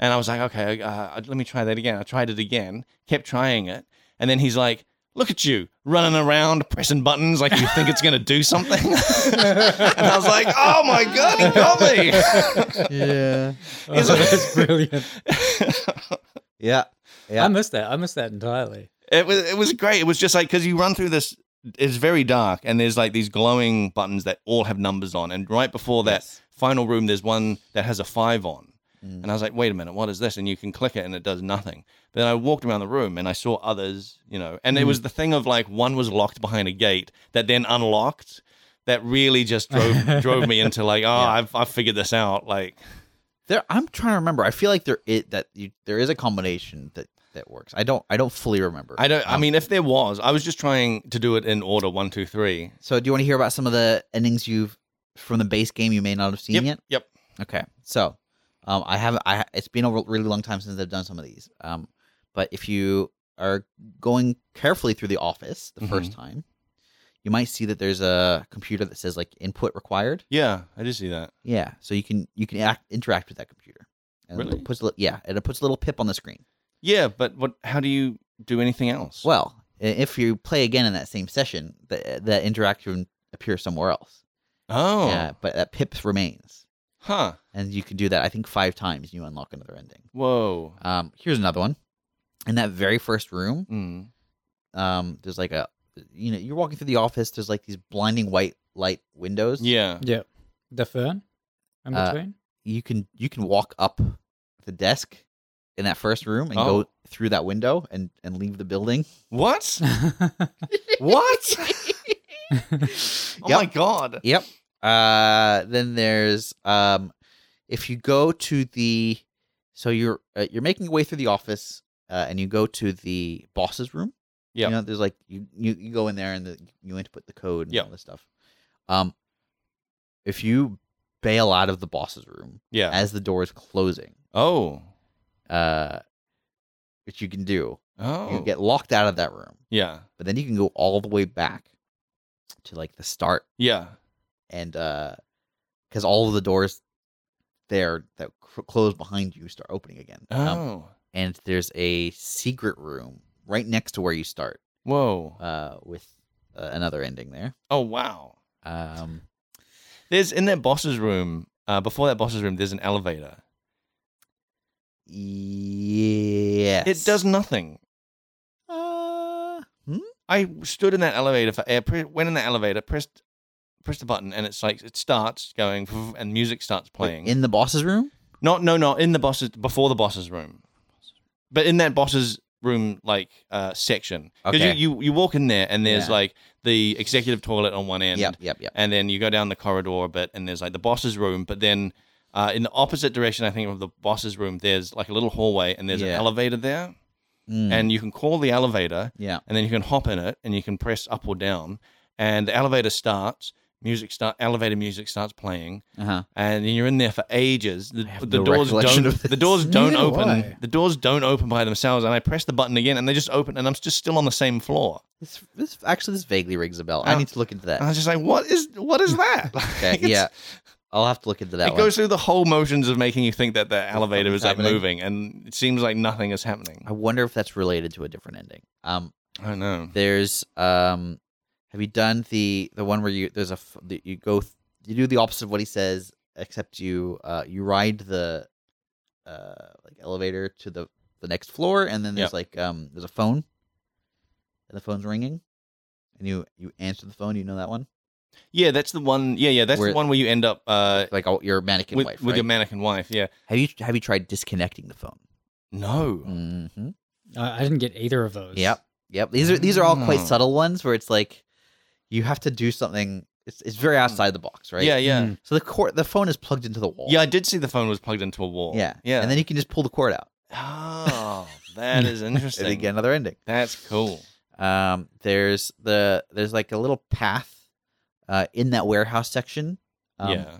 and I was like, "Okay, uh, let me try that again." I tried it again, kept trying it, and then he's like, "Look at you running around pressing buttons like you think it's gonna do something." and I was like, "Oh my god, he got me!"
yeah.
Oh, that's brilliant.
Yeah. Yeah.
I missed that. I missed that entirely.
It was it was great. It was just like because you run through this. It's very dark, and there's like these glowing buttons that all have numbers on. And right before that
Yes.
final room, there's one that has a five on.
Mm.
And I was like, wait a minute, what is this? And you can click it, and it does nothing. But then I walked around the room, and I saw others, you know. And it
Mm.
was the thing of like one was locked behind a gate that then unlocked. That really just drove drove me into like, oh, I've I've figured this out. Like,
There, I'm trying to remember. I feel like there it that you, there is a combination that that works. I don't. I don't fully remember.
I don't. I
Um,
mean, if there was, I was just trying to do it in order one, two, three.
So, do you want to hear about some of the endings you've from the base game you may not have seen
Yep.
yet?
Yep.
Okay. So, um, I have I it's been a really long time since I've done some of these. Um, but if you are going carefully through the office
Mm-hmm.
the first time, you might see that there's a computer that says like input required.
Yeah, I did see that.
Yeah. So you can you can act, interact with that computer. And
Really?
It puts a, li- yeah, and it puts a little pip on the screen.
Yeah, but what? How do you do anything else?
Well, i- if you play again in that same session, the, that interaction appears somewhere else.
oh,
Yeah, but that pip remains.
huh?
and you can do that i think five times you unlock another ending
Whoa.
um here's another one in that very first room
Mm.
um there's like a you know you're walking through the office there's like these blinding white light windows
Yeah.
Yeah. The fern in
Uh,
between.
you can you can walk up the desk in that first room and
Oh.
go through that window and and leave the building
What? what? Oh my
Yep.
god.
Yep. Uh, then there's um, if you go to the, so you're uh, you're making your way through the office, uh, and you go to the boss's room.
Yep.
You know, there's like you you, you go in there and the, you input the code and
Yep.
all this stuff. Um, if you bail out of the boss's room
Yeah.
as the door is closing,
oh.
uh, which you can do,
Oh.
you get locked out of that room.
yeah.
But then you can go all the way back to like the start
Yeah.
and uh because all of the doors there that cr- close behind you start opening again Um,
Oh.
and there's a secret room right next to where you start
Whoa.
uh with uh, another ending there
oh wow.
um
There's in that boss's room. Uh, before that boss's room, there's an elevator.
yes
It does nothing.
uh, hmm?
I stood in that elevator for air. Pre- went in the elevator, pressed pressed the button, and it's like it starts going, and music starts playing.
in the boss's room
Not no no in the boss's before the boss's room, but in that boss's room like uh section because
Okay.
you, you you walk in there and there's
Yeah.
like the executive toilet on one end,
yep yep yep
and then you go down the corridor a bit and there's like the boss's room, but then. Uh, in the opposite direction, I think of the boss's room, there's like a little hallway, and there's an
Yeah.
elevator there,
Mm,
and you can call the elevator,
yeah.
and then you can hop in it, and you can press up or down, and the elevator starts. Music start. Elevator music starts playing,
Uh-huh.
and then you're in there for ages. The,
have
the
no
doors
recollection
don't.
of
The
this.
doors don't
Neither do
open.
I.
The doors don't open by themselves, and I press the button again, and they just open, and I'm just still on the same floor.
This, this actually this vaguely rings a bell.
Oh.
I need to look into that.
And I was just like, "What is? What is that?"
okay,
Like, it's-
yeah. I'll have to look into that
it
one.
goes through the whole motions of making you think that the elevator
something's
is like
happening.
moving, and it seems like nothing is happening.
I wonder if that's related to a different ending. Um
I don't know.
there's um have you done the the one where you there's a f- that you go th- you do the opposite of what he says except you uh you ride the uh like elevator to the the next floor and then there's
Yep.
like um there's a phone and the phone's ringing and you you answer the phone you know that one
Yeah, that's the one. Yeah, yeah, that's
Where-
the one where you end up uh,
like all, your mannequin
with,
wife
with your
right?
mannequin wife. Yeah.
have you have you tried disconnecting the phone
No.
mm-hmm.
I, I didn't get either of those.
Yep. Yep. These are these are all quite
Mm.
subtle ones where it's like you have to do something. It's it's very outside the box, right?
Hmm.
Hmm.
Yeah, yeah,
Mm.
So the cord, the phone is plugged into the wall.
yeah. I did see the phone was plugged into a wall.
Yeah.
yeah.
And then you can just pull the cord out
oh, that is interesting.
and you get another ending.
That's cool.
Um, there's the there's like a little path, uh, in that warehouse section. Um,
yeah.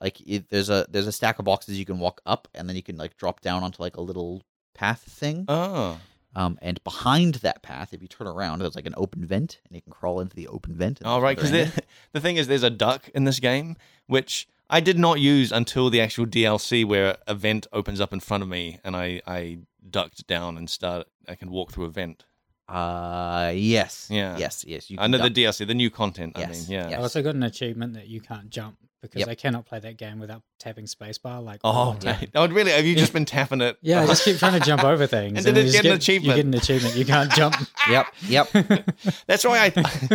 Like it, there's a there's a stack of boxes you can walk up, and then you can like drop down onto like a little path thing.
Oh,
Um, and behind that path, if you turn around, there's like an open vent, and you can crawl into the open vent. and
all
there's
right.
another
Because
ending.
the, the thing is, there's a duck in this game, which I did not use until the actual DLC, where a vent opens up in front of me, and I I ducked down and start. I can walk through a vent.
Uh yes.
Yeah.
Yes, yes. You
I
can
know
duck.
the DLC, the new content. I mean,
Yes,
yeah.
yes.
I also got an achievement that you can't jump because
Yep.
I cannot play that game without tapping spacebar. Like, all
Oh,
the time.
right. oh, really? Have you just been tapping it?
yeah, I just keep trying to jump over things.
And then
you
it
just
get an achievement.
You get an achievement. You can't jump.
Yep, yep.
That's why I,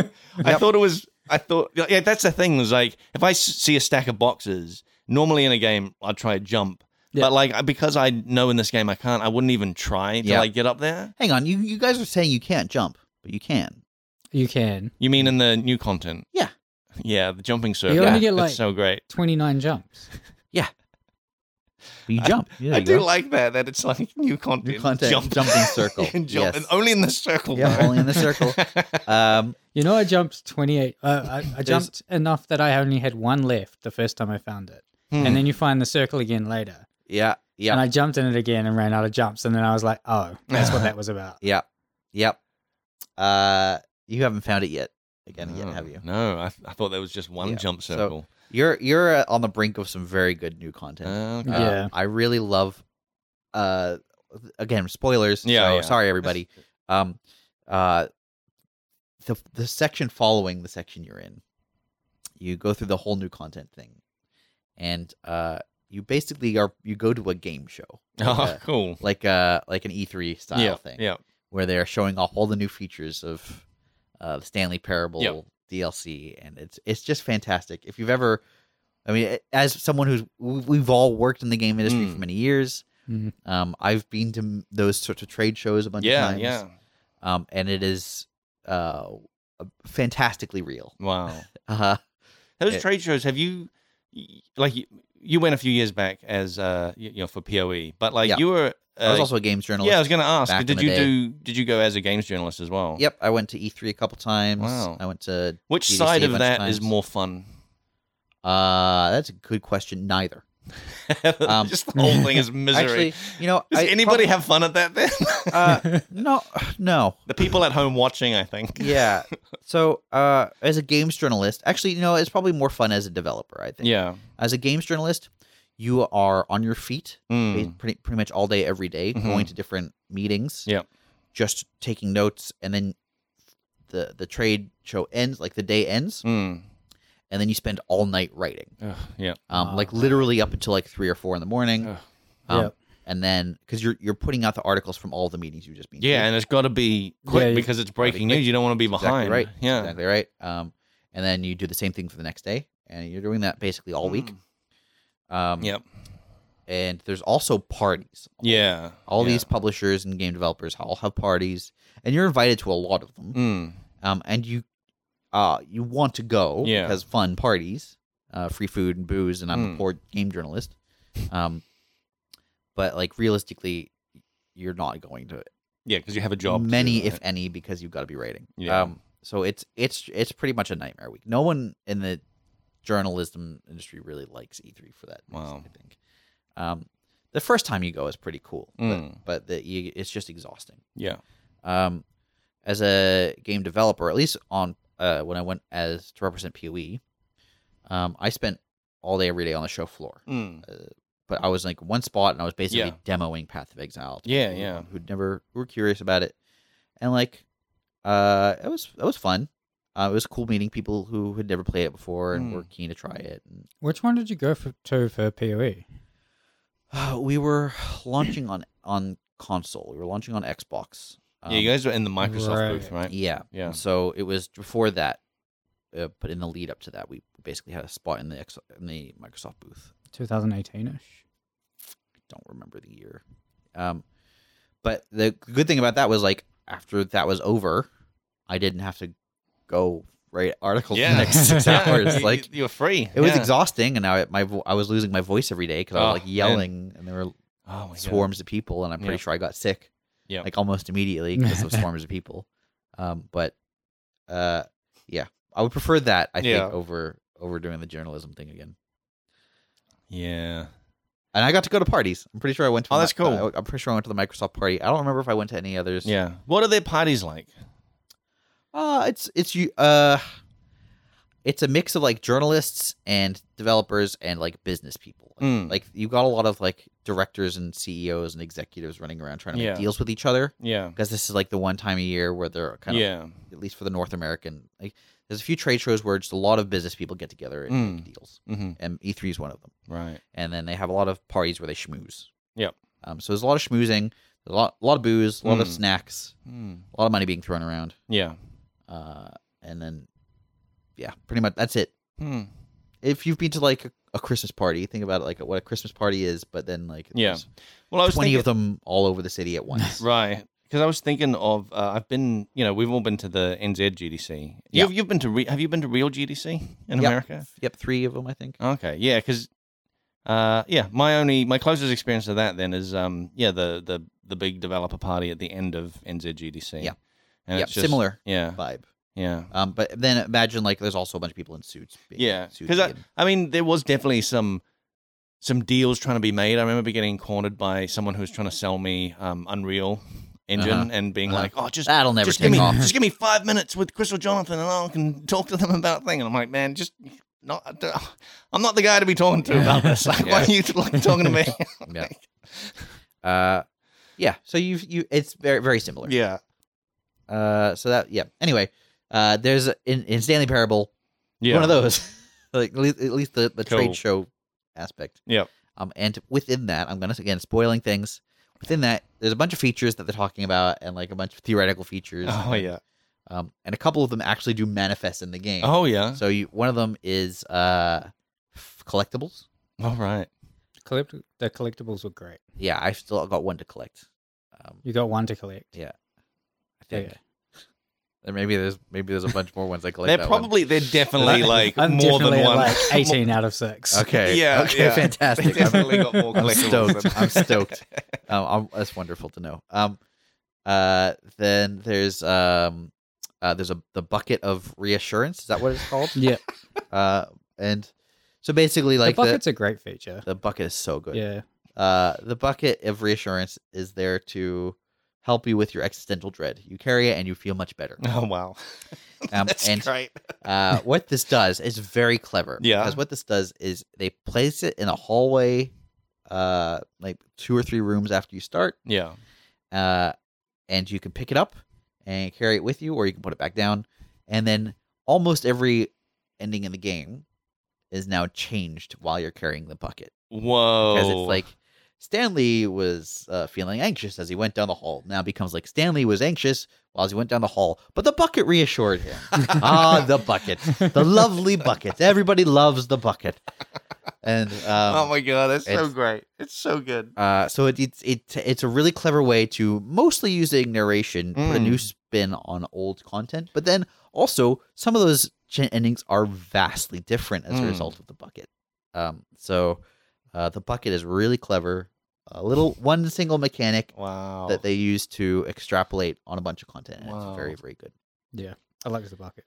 I thought it was. I thought, yeah, that's the thing. Is like if I s- see a stack of boxes, normally in a game I'd try to jump,
Yeah.
but like I- because I know in this game I can't, I wouldn't even try to
Yeah.
like get up there.
Hang on, you you guys are saying you can't jump, but you can.
You can.
You mean in the new content?
Yeah.
yeah, the jumping circle.
only get,
It's
like-
so great.
29 jumps.
But you jump.
I do like that. That it's like new content.
New content,
Jump.
jumping circle.
You can jump,
Yes.
and only in the circle.
Yeah,
though.
only in the circle. Um,
You know, I jumped 28. Uh, I, I
There's-
jumped enough that I only had one left the first time I found it.
Hmm.
And then you find the circle again later.
yeah,
And
yeah,
I jumped in it again and ran out of jumps. And then I was like, oh, that's what that was about.
yeah, yep. Uh, you haven't found it yet. Again, yet,
Oh,
have you?
No, I, I thought there was just one
Yeah,
jump
so-
circle.
You're you're uh, on the brink of some very good new content.
Uh, okay.
Um,
Yeah.
I really love. Uh, again, spoilers.
Yeah,
so
yeah.
sorry everybody. Um, uh, the the section following the section you're in, you go through the whole new content thing, and uh, you basically are you go to a game show,
Oh,
uh,
cool.
like uh like an E3 style
yeah,
thing,
yeah.
where they're showing off all the new features of uh, the Stanley Parable DLC, and it's it's just fantastic. If you've ever, I mean, a- as someone who's we- we've all worked in the game industry
Mm.
for many years,
Mhm.
um, I've been to m- those sorts of trade shows a bunch
yeah,
of times,
yeah.
um, and it is uh, fantastically real.
Wow.
Uh,
Those
It-
trade shows, have you, y- like, you, you went a few years back as, uh, y- you know, for POE, but like
Yeah.
you were. Uh,
I was also a games journalist.
yeah, I was going to ask.
back in
Did
the
you
day.
do? Did you go as a games journalist as well?
Yep, I went to E3 a couple times.
Wow.
I went to
Which
GDC
side
a
of
bunch of
that is
times.
more fun?
uh that's a good question. Neither. Um,
Just the whole thing is misery.
Actually, you know,
Does
I probably-
anybody have fun at that? Then
uh, no, no.
the people at home watching, I think.
Yeah. So, uh, as a games journalist, actually, you know, it's probably more fun as a developer. I think.
Yeah.
As a games journalist, you are on your feet ba-
Mm.
pretty pretty much all day, every day,
Mhm.
going to different meetings.
Yep.
Just taking notes, and then the the trade show ends, like the day ends,
Mm.
and then you spend all night writing,
Ugh, yeah.
um,
Ah.
like literally up until like three or four in the morning.
Ugh.
Um,
Yep.
And then, because you're you're putting out the articles from all the meetings you've just been to.
Yeah, and it's got to be quick
Yeah, you-
because it's breaking
quick.
news. You don't want to be
That's exactly
behind.
right. That's
Yeah.
exactly right. Um, and then you do the same thing for the next day, and you're doing that basically all week. Um,
Hmm. Yep.
And there's also parties. All-
Yeah.
All
yeah.
these publishers and game developers all have parties, and you're invited to a lot of them.
Mm.
Um, and you, uh, you want to go
Yeah.
because fun parties, uh, free food and booze, and I'm
Mm.
a poor game journalist. Um, but like realistically, you're not going to
Yeah, because you have a job. to do,
many, if
right?
any, because you've got to be rating.
Yeah.
Um, so it's it's it's pretty much a nightmare week. No one in the journalism industry really likes E3 for that. reason,
Wow.
I think. Um, the first time you go is pretty cool,
Mm,
but the, you, it's just exhausting.
yeah.
Um, as a game developer, at least on uh, when I went as to represent Poe, um, I spent all day every day on the show floor
Mm,
but I was like one spot and I was basically
Yeah.
demoing Path of Exile. to
Yeah,
people
yeah.
Who'd never who were curious about it, and like, uh, it was it was fun. Uh, it was cool meeting people who had never played it before and
Mm.
were keen to try it. And,
Which one did you go for, to for PoE?
uh, we were launching on on console. We were launching on Xbox.
yeah, you guys were in the Microsoft
right.
booth, right?
Um, Yeah.
Yeah.
So it was before that, uh, but in the lead up to that, we basically had a spot in the X- in the Microsoft booth.
2018 ish.
don't remember the year. Um, but the good thing about that was like after that was over, I didn't have to go write articles for
Yeah.
the next six
Yeah,
hours.
you-
Like
you- you're free.
it was
Yeah.
exhausting, and I my vo- I was losing my voice every day because I
Oh,
was like
man.
yelling, and there were
Oh my god.
swarms of people, and I'm pretty
Yeah.
sure I got sick.
Yeah.
like almost immediately because of swarms of people. Um, but uh, yeah, I would prefer that I
Yeah.
think over over doing the journalism thing again.
Yeah.
And I got to go to parties. I'm pretty sure I went to.
Oh,
a mi-
that's cool.
uh, I'm pretty sure I went to the Microsoft party. I don't remember if I went to any others.
Yeah. What are their parties like?
Uh, it's it's you uh, it's a mix of like journalists and developers and like business people.
Mm.
Like you got a lot of like directors and CEOs and executives running around trying to
Yeah.
make deals with each other
Yeah.
because this is like the one time a year where they're kind of
Yeah.
at least for the North American. Like, there's a few trade shows where just a lot of business people get together and make deals,
hmm
and E3 is one of them.
Right.
and then they have a lot of parties where they schmooze.
Yep.
Um, so there's a lot of schmoozing, there's a lot, a lot of booze, a lot of
Mm.
snacks,
Mm.
a lot of money being thrown around,
Yeah.
uh, and then yeah, pretty much that's it.
Hmm.
If you've been to like a, a Christmas party, think about it like what a Christmas party is, but then like
Yeah.
there's
Well, I was
twenty
thinking,
of them all over the city at once.
Right. Because I was thinking of, uh, I've been, you know, we've all been to the NZ GDC.
Yeah.
You've, you've been to, re- have you been to real GDC in
Yep.
America?
Yep, three of them I think.
Okay. Yeah. Because, uh, yeah, my only, my closest experience to that then is, um, yeah, the, the, the big developer party at the end of NZ GDC.
Yeah.
And
Yep,
it's just-
similar
Yeah.
vibe.
Yeah.
Um, but then imagine like there's also a bunch of people in suits. being
Yeah,
suitsy
because I,
and-
I mean, there was definitely some some deals trying to be made. I remember getting cornered by someone who was trying to sell me um, Unreal Engine
Uh-huh.
and being
Uh-huh.
like, "Oh, just
that'll never
just give
take
me
off.
just give me five minutes with Crystal Jonathan and I can talk to them about thing." And I'm like, "Man, just not. I'm not the guy to be talking to about this. Like, why are you like, talking to me?"
yeah. Uh, yeah. So you you it's very very similar.
yeah,
Uh, so that yeah. Anyway, uh, there's a- in in Stanley Parable
yeah,
one of those like at least, at least the the
Cool.
trade show aspect.
Yep.
Um, and within that, I'm gonna again spoiling things. Within that, there's a bunch of features that they're talking about and like a bunch of theoretical features.
Oh yeah.
Um, and a couple of them actually do manifest in the game.
Oh yeah.
So you one of them is uh f- collectibles.
All right.
Collect- the collectibles were great.
Yeah, I've still got one to collect. Um,
You got one to collect.
I think.
Yeah.
And maybe there's maybe there's a bunch more ones I collect.
they're
that one.
probably they're definitely like
I'm
more than
definitely
one.
like 18 out of six.
Okay.
Yeah,
Okay.
yeah. They
Fantastic. I'm,
definitely got more
I'm
collectibles.
stoked.
than-
I'm stoked. um, I'm- that's wonderful to know. Um, uh, then there's um, uh, there's a the bucket of reassurance. Is that what it's called?
Yeah.
Uh, and so basically, like
the
the
bucket's a great feature.
the bucket is so good.
Yeah.
Uh, the bucket of reassurance is there to help you with your existential dread. You carry it and you feel much better.
Oh wow,
Um,
that's
and
great.
uh, what this does is very clever.
Yeah.
Because what this does is they place it in a hallway, uh, like two or three rooms after you start,
Yeah,
uh, and you can pick it up and carry it with you, or you can put it back down. And then almost every ending in the game is now changed while you're carrying the bucket
whoa,
because it's like Stanley was uh, feeling anxious as he went down the hall. Now becomes like Stanley was anxious while he went down the hall, but the bucket reassured him. ah, the bucket, the lovely bucket. Everybody loves the bucket, and um,
oh my god, that's so
it's-
great. It's so good.
uh, so it, it's it, it's a really clever way to mostly using narration put a new
Mm.
spin on old content, but then also some of those gen- endings are vastly different as a
Mm.
result of the bucket. Um, so Uh, the bucket is really clever. A little one single mechanic
Wow.
that they use to extrapolate on a bunch of content, and
Wow.
it's very very good.
I like the bucket.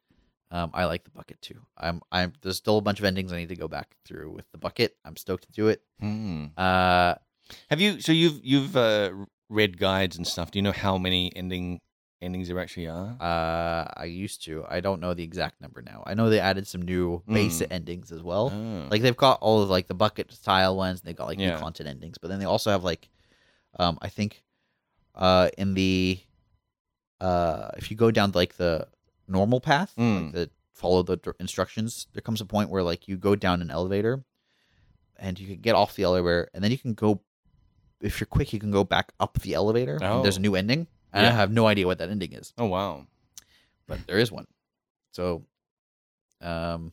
Um, I like the bucket too. I'm I'm there's still a bunch of endings I need to go back through with the bucket. I'm stoked to do it.
Hmm.
Uh,
Have you? So you've you've uh, read guides and stuff. Do you know how many ending endings there actually are?
uh, I used to. I don't know the exact number now. I know they added some new base
Mm.
endings as well.
Oh.
Like they've got all of like the bucket style ones. They got like
Yeah.
new content endings, but then they also have like, um, I think, uh, in the, uh, if you go down like the normal path,
Mm.
like the follow the dir- instructions, there comes a point where like you go down an elevator, and you can get off the elevator, and then you can go, if you're quick, you can go back up the elevator. and there's a
Oh.
new ending, and I
Yeah.
have no idea what that ending is
oh wow.
but there is one. So, um,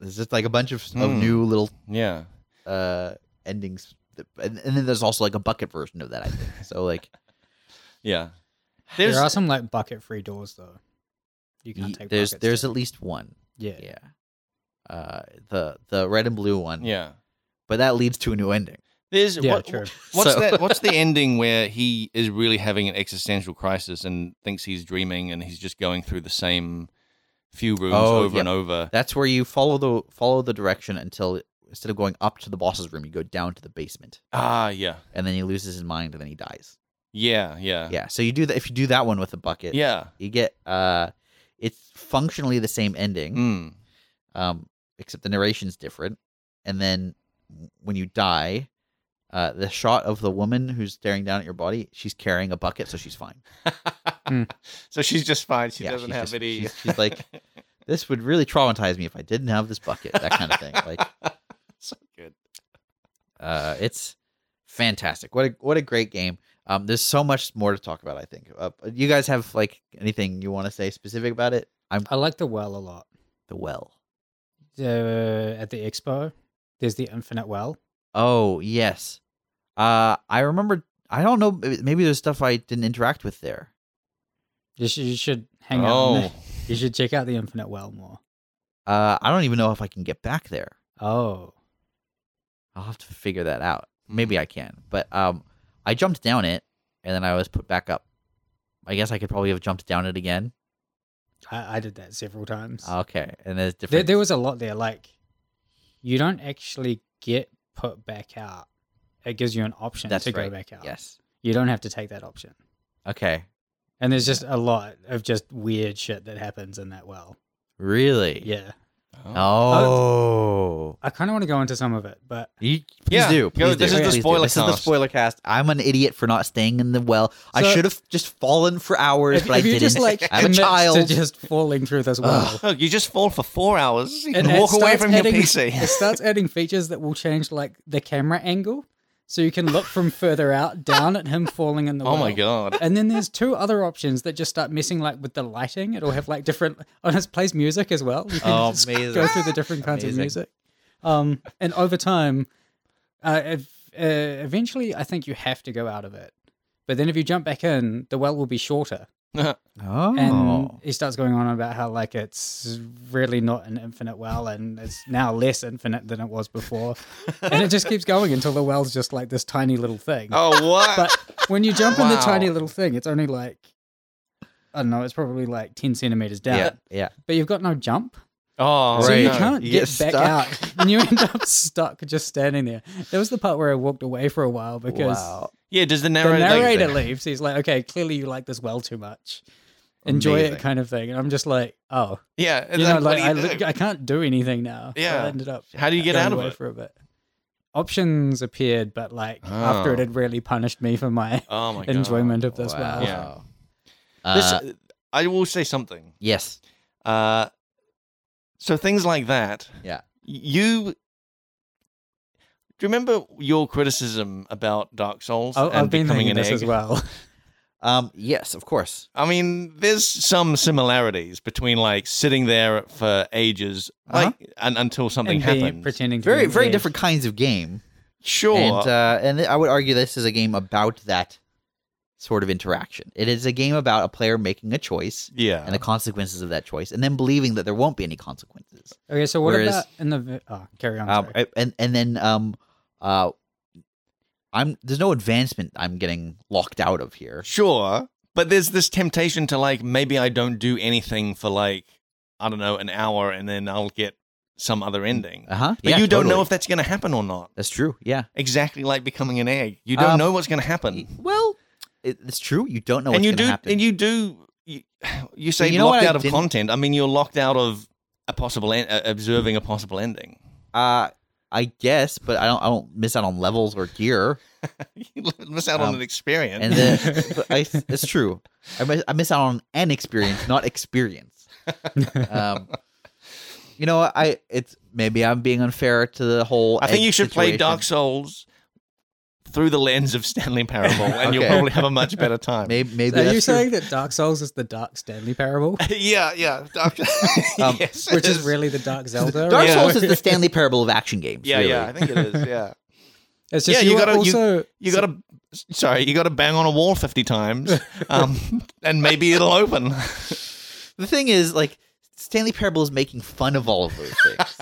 there's just like a bunch of, of
Hmm.
new little
Yeah.
uh endings, that, and, and then there's also like a bucket version of that. I think so. Like,
Yeah.
there are some like bucket free doors though. You can't
ye-
take
there's
buckets
there's
in.
at least one.
yeah.
Yeah. Uh, the the red and blue one.
Yeah.
But that leads to a new ending.
There's
Yeah,
what,
true.
What's
So-
that? What's the ending where he is really having an existential crisis and thinks he's dreaming and he's just going through the same few rooms
Oh,
over and over?
That's where you follow the follow the direction until instead of going up to the boss's room, you go down to the basement,
Ah, yeah,
and then he loses his mind, and then he dies.
yeah, yeah,
Yeah. So you do that if you do that one with a bucket.
yeah.
You get uh, it's functionally the same ending.
Mm.
um, except the narration's different. And then when you die, uh, the shot of the woman who's staring down at your body, she's carrying a bucket, so she's fine.
Hmm.
So she's just fine. She
Yeah,
doesn't
she's
have
just-
any.
she's- she's like- This would really traumatize me if I didn't have this bucket, that kind of thing. Like,
so good.
uh, it's fantastic. What a what a great game. Um, there's so much more to talk about. I think. Uh, you guys have like anything you want to say specific about it? I'm
I like the well a lot.
the well.
The, at the expo, there's the infinite well.
Oh yes. Uh, I remember. I don't know. Maybe there's stuff I didn't interact with there.
You should, you should hang out.
Oh,
on- You should check out the infinite well more.
Uh, I don't even know if I can get back there.
Oh,
I'll have to figure that out. Maybe I can, but um, I jumped down it and then I was put back up. I guess I could probably have jumped down it again.
I, I did that several times.
Okay, and there's
there,
Oh, different.
there was a lot there. Like, you don't actually get put back out. It gives you an option
That's
to
right.
go back out.
yes.
You don't have to take that option.
Okay.
And there's just a lot of just weird shit that happens in that well.
Really?
Yeah. Uh,
Oh.
I kind of want to go into some of it, but
You, please
Yeah,
do. Please
go-
do.
this
is the
please do.
spoiler
This is the
cast.
spoiler cast. I'm an idiot for not staying in the well. I
So-
should have just fallen for hours,
if,
but I
if you
didn't.
just like
I'm a
commit
child.
to just falling through this well,
Look, you just fall for four hours. You
and
can
it
walk away
starts
from your
adding-
PC.
It starts adding features that will change like the camera angle, so you can look from further out down at him falling in the.
Oh my
well.
god.
And then there's two other options that just start messing like with the lighting. It'll have like different on it plays music as well. You can
Oh,
just
amazing.
go through the different kinds
Amazing.
of music. Um, and over time, uh, ev- uh, eventually, I think you have to go out of it. But then if you jump back in, the well will be shorter.
Oh.
And he starts going on about how like it's really not an infinite well, and it's now less infinite than it was before. and it just keeps going until the well's just like this tiny little thing
Oh what?
but when you jump in the
Wow.
tiny little thing, it's only like I don't know, it's probably like ten centimeters down.
yeah. Yeah.
But you've got no jump,
oh,
so you
Right.
can't
You
get,
get
back
stuck.
out, and you end up stuck just standing there. That was the part where I walked away for a while because
wow.
Yeah, does the
the
narrator?
narrator leaves. He's like, "Okay, clearly you like this well too much." Enjoy
Amazing.
it, kind of thing, and I'm just like, oh,
yeah, and
you know,
then what
like
do
I,
you
li-
do?
I can't do anything now. So
Yeah.
I ended up
How do you get
going
out of
away
it?
for a bit. Options appeared, but like after it
Oh.
had really punished me for my
Oh my god.
enjoyment of this well.
Yeah.
Uh,
This, I will say something.
yes.
Uh, so things like that.
Yeah.
You do you remember your criticism about Dark Souls
I-
and
I've been
becoming
thinking
an
this
egg?
as well.
Um, yes, of course.
I mean, there's some similarities between like sitting there for ages,
Uh-huh.
like and, until something
and being-
happens.
pretending to
Very,
be
very
engaged.
different kinds of game.
sure.
And uh, and I would argue this is a game about that sort of interaction. It is a game about a player making a choice
yeah.
and the consequences of that choice, and then believing that there won't be any consequences.
Okay, so what
Whereas-
about in the? vi- Oh, carry on.
Um,
sorry.
I- and and then um, uh, I'm there's no advancement I'm getting locked out of here.
Sure. But there's this temptation to like maybe I don't do anything for like I don't know an hour and then I'll get some
Mm,
other ending.
Uh huh.
But you don't know if that's going to happen or not.
that's true. Yeah.
Exactly like becoming an egg. You don't
Um,
know what's going to happen.
Well, it, it's true. You don't know.
and
what's
you
gonna
do
Happen.
and you do you, you say
you know what
locked
I
out of
didn't-
content. I mean you're locked out of a possible en- uh, observing a possible ending.
uh, I guess, but I don't. I don't miss out on levels or gear.
you miss out on
Um,
an experience.
And then but I, it's true. I miss, I miss out on an experience, not experience. Um, you know, I it's maybe I'm being unfair to the whole.
I think
egg
you should play
situation.
Dark Souls through the lens of Stanley Parable, and you'll
Okay.
probably have a much better time.
Maybe, maybe
Are
that's true.
you saying that Dark Souls is the Dark Stanley Parable,
yeah, yeah, Dark.
Um,
yes, it
which is really the Dark Zelda?
Dark
right?
Yeah.
Souls is the Stanley Parable of action games.
Yeah,
really.
yeah, I think it is. Yeah,
It's just
Yeah,
you,
you
are
gotta- you-
also
you got to. Sorry, you got to bang on a wall fifty times, um, and maybe it'll open.
The thing is, like, Stanley Parable is making fun of all of those things,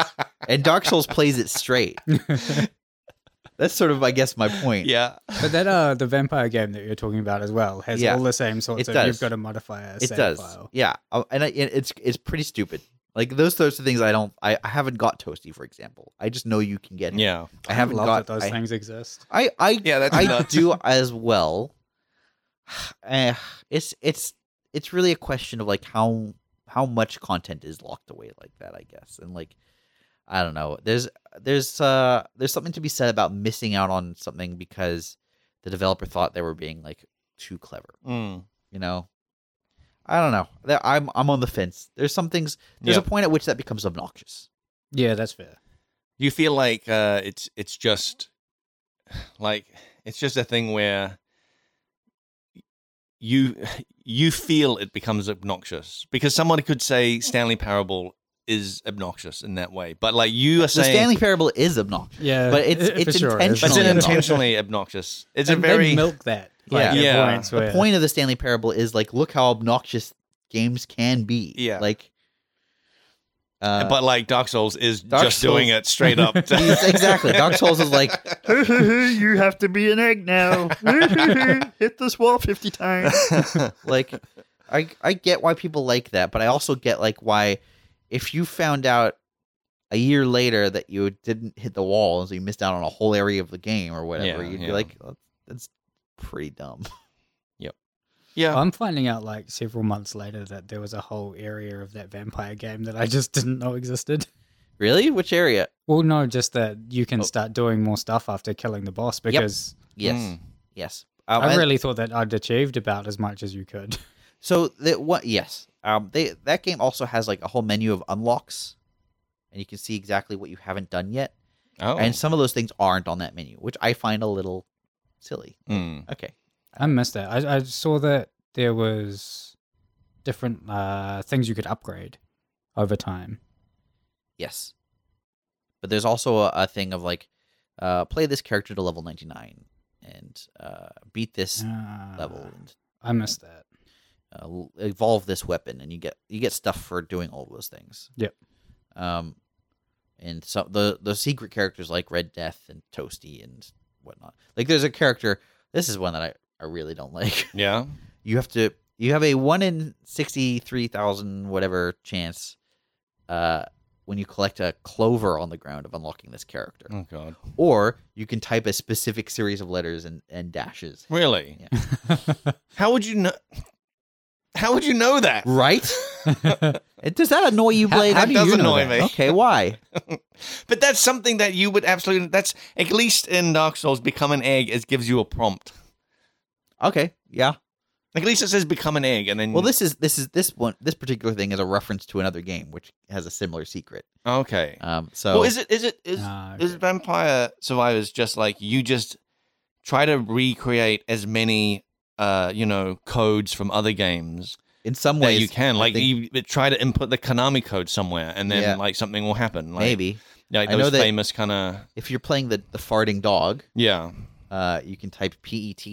and Dark Souls plays it straight. That's sort of, I guess, my point.
Yeah,
But that uh, the vampire game that you're talking about as well has
Yeah.
all the same sorts
It
of
does.
you've got to modify a
it
save
does.
file.
Yeah, I- and I, and it's it's pretty stupid. Like those sorts of things, I don't. I, I haven't got Toasty, for example. I just know you can get. him.
yeah,
I haven't
love
got
that those
I,
things exist.
I I
yeah. That's
I
nuts.
do as well. Eh, it's it's it's really a question of like how how much content is locked away like that, I guess, and like I don't know. There's there's uh there's something to be said about missing out on something because the developer thought they were being like too clever,
Mm,
you know. I don't know. There- I'm I'm on the fence. There's some things. There's
Yeah.
a point at which that becomes obnoxious.
Yeah, that's fair.
you feel like uh, it's it's just like it's just a thing where you you feel it becomes obnoxious because somebody could say Stanley Parable is obnoxious in that way, but like you are
The
saying,
Stanley Parable is obnoxious.
Yeah,
But it's-
it- for
it's
sure,
but it's
intentionally
an
obnoxious.
intentionally obnoxious. It's a
and they
very
milk that.
Yeah.
Like, at
Yeah.
points
the
where-
point of the Stanley Parable is like, look how obnoxious games can be.
Yeah.
Like, uh,
but like Dark Souls is
Dark
just doing
Souls-
it straight up.
yes, exactly. Dark Souls is like,
you have to be an egg now. Hit this wall 50 times.
like, I I get why people like that, but I also get like why if you found out a year later that you didn't hit the wall and so you missed out on a whole area of the game or whatever,
Yeah,
you'd
yeah.
be like, "Oh, that's pretty dumb.
yeah,
I'm finding out like several months later that there was a whole area of that vampire game that I just didn't know existed.
really? Which area?
Well, no, just that you can
Oh.
start doing more stuff after killing the boss because
Yes.
Mm.
Yes. Um,
I
and-
really thought that I'd achieved about as much as you could.
So that what? Yes. Um. They that game also has like a whole menu of unlocks, and you can see exactly what you haven't done yet.
Oh.
And some of those things aren't on that menu, which I find a little silly.
Mm.
Okay.
I missed that. I, I saw that there was different uh, things you could upgrade over time.
Yes. But there's also a, a thing of like, uh, play this character to level 99 and uh, beat this
Ah.
Uh,
level and
I missed that.
uh, l- evolve this weapon, and you get you get stuff for doing all those things.
Yep.
Um, and so the the secret characters like Red Death and Toasty and whatnot. Like there's a character. This is one that I I really don't like.
yeah,
You have to you have a one in sixty three thousand whatever chance, uh, when you collect a clover on the ground of unlocking this character,
Mm.
oh god,
or you can type a specific series of letters and and dashes.
really?
Yeah.
How would you know? How would you know that?
Right? It- Does that annoy you,
How-
Blade?
how
I
do
mean,
you know
that.
me?
Okay, why?
But that's something that you would absolutely. That's at least in Dark Souls, become an egg. It gives you a prompt.
Okay, yeah.
At least it says become an egg, and then
Well, this is this is this one this particular thing is a reference to another game which has a similar secret.
okay.
Um, so
Well, is it is it is
Ah,
is
okay.
Vampire Survivors just like you just try to recreate as many uh you know codes from other games
in some
that
ways
you can
I
like
think
you try to input the Konami code somewhere, and then
Yeah.
like something will happen. Like,
maybe
like
I know
those
that-
famous kind of
if you're playing the the farting dog,
yeah.
uh, you can type PET,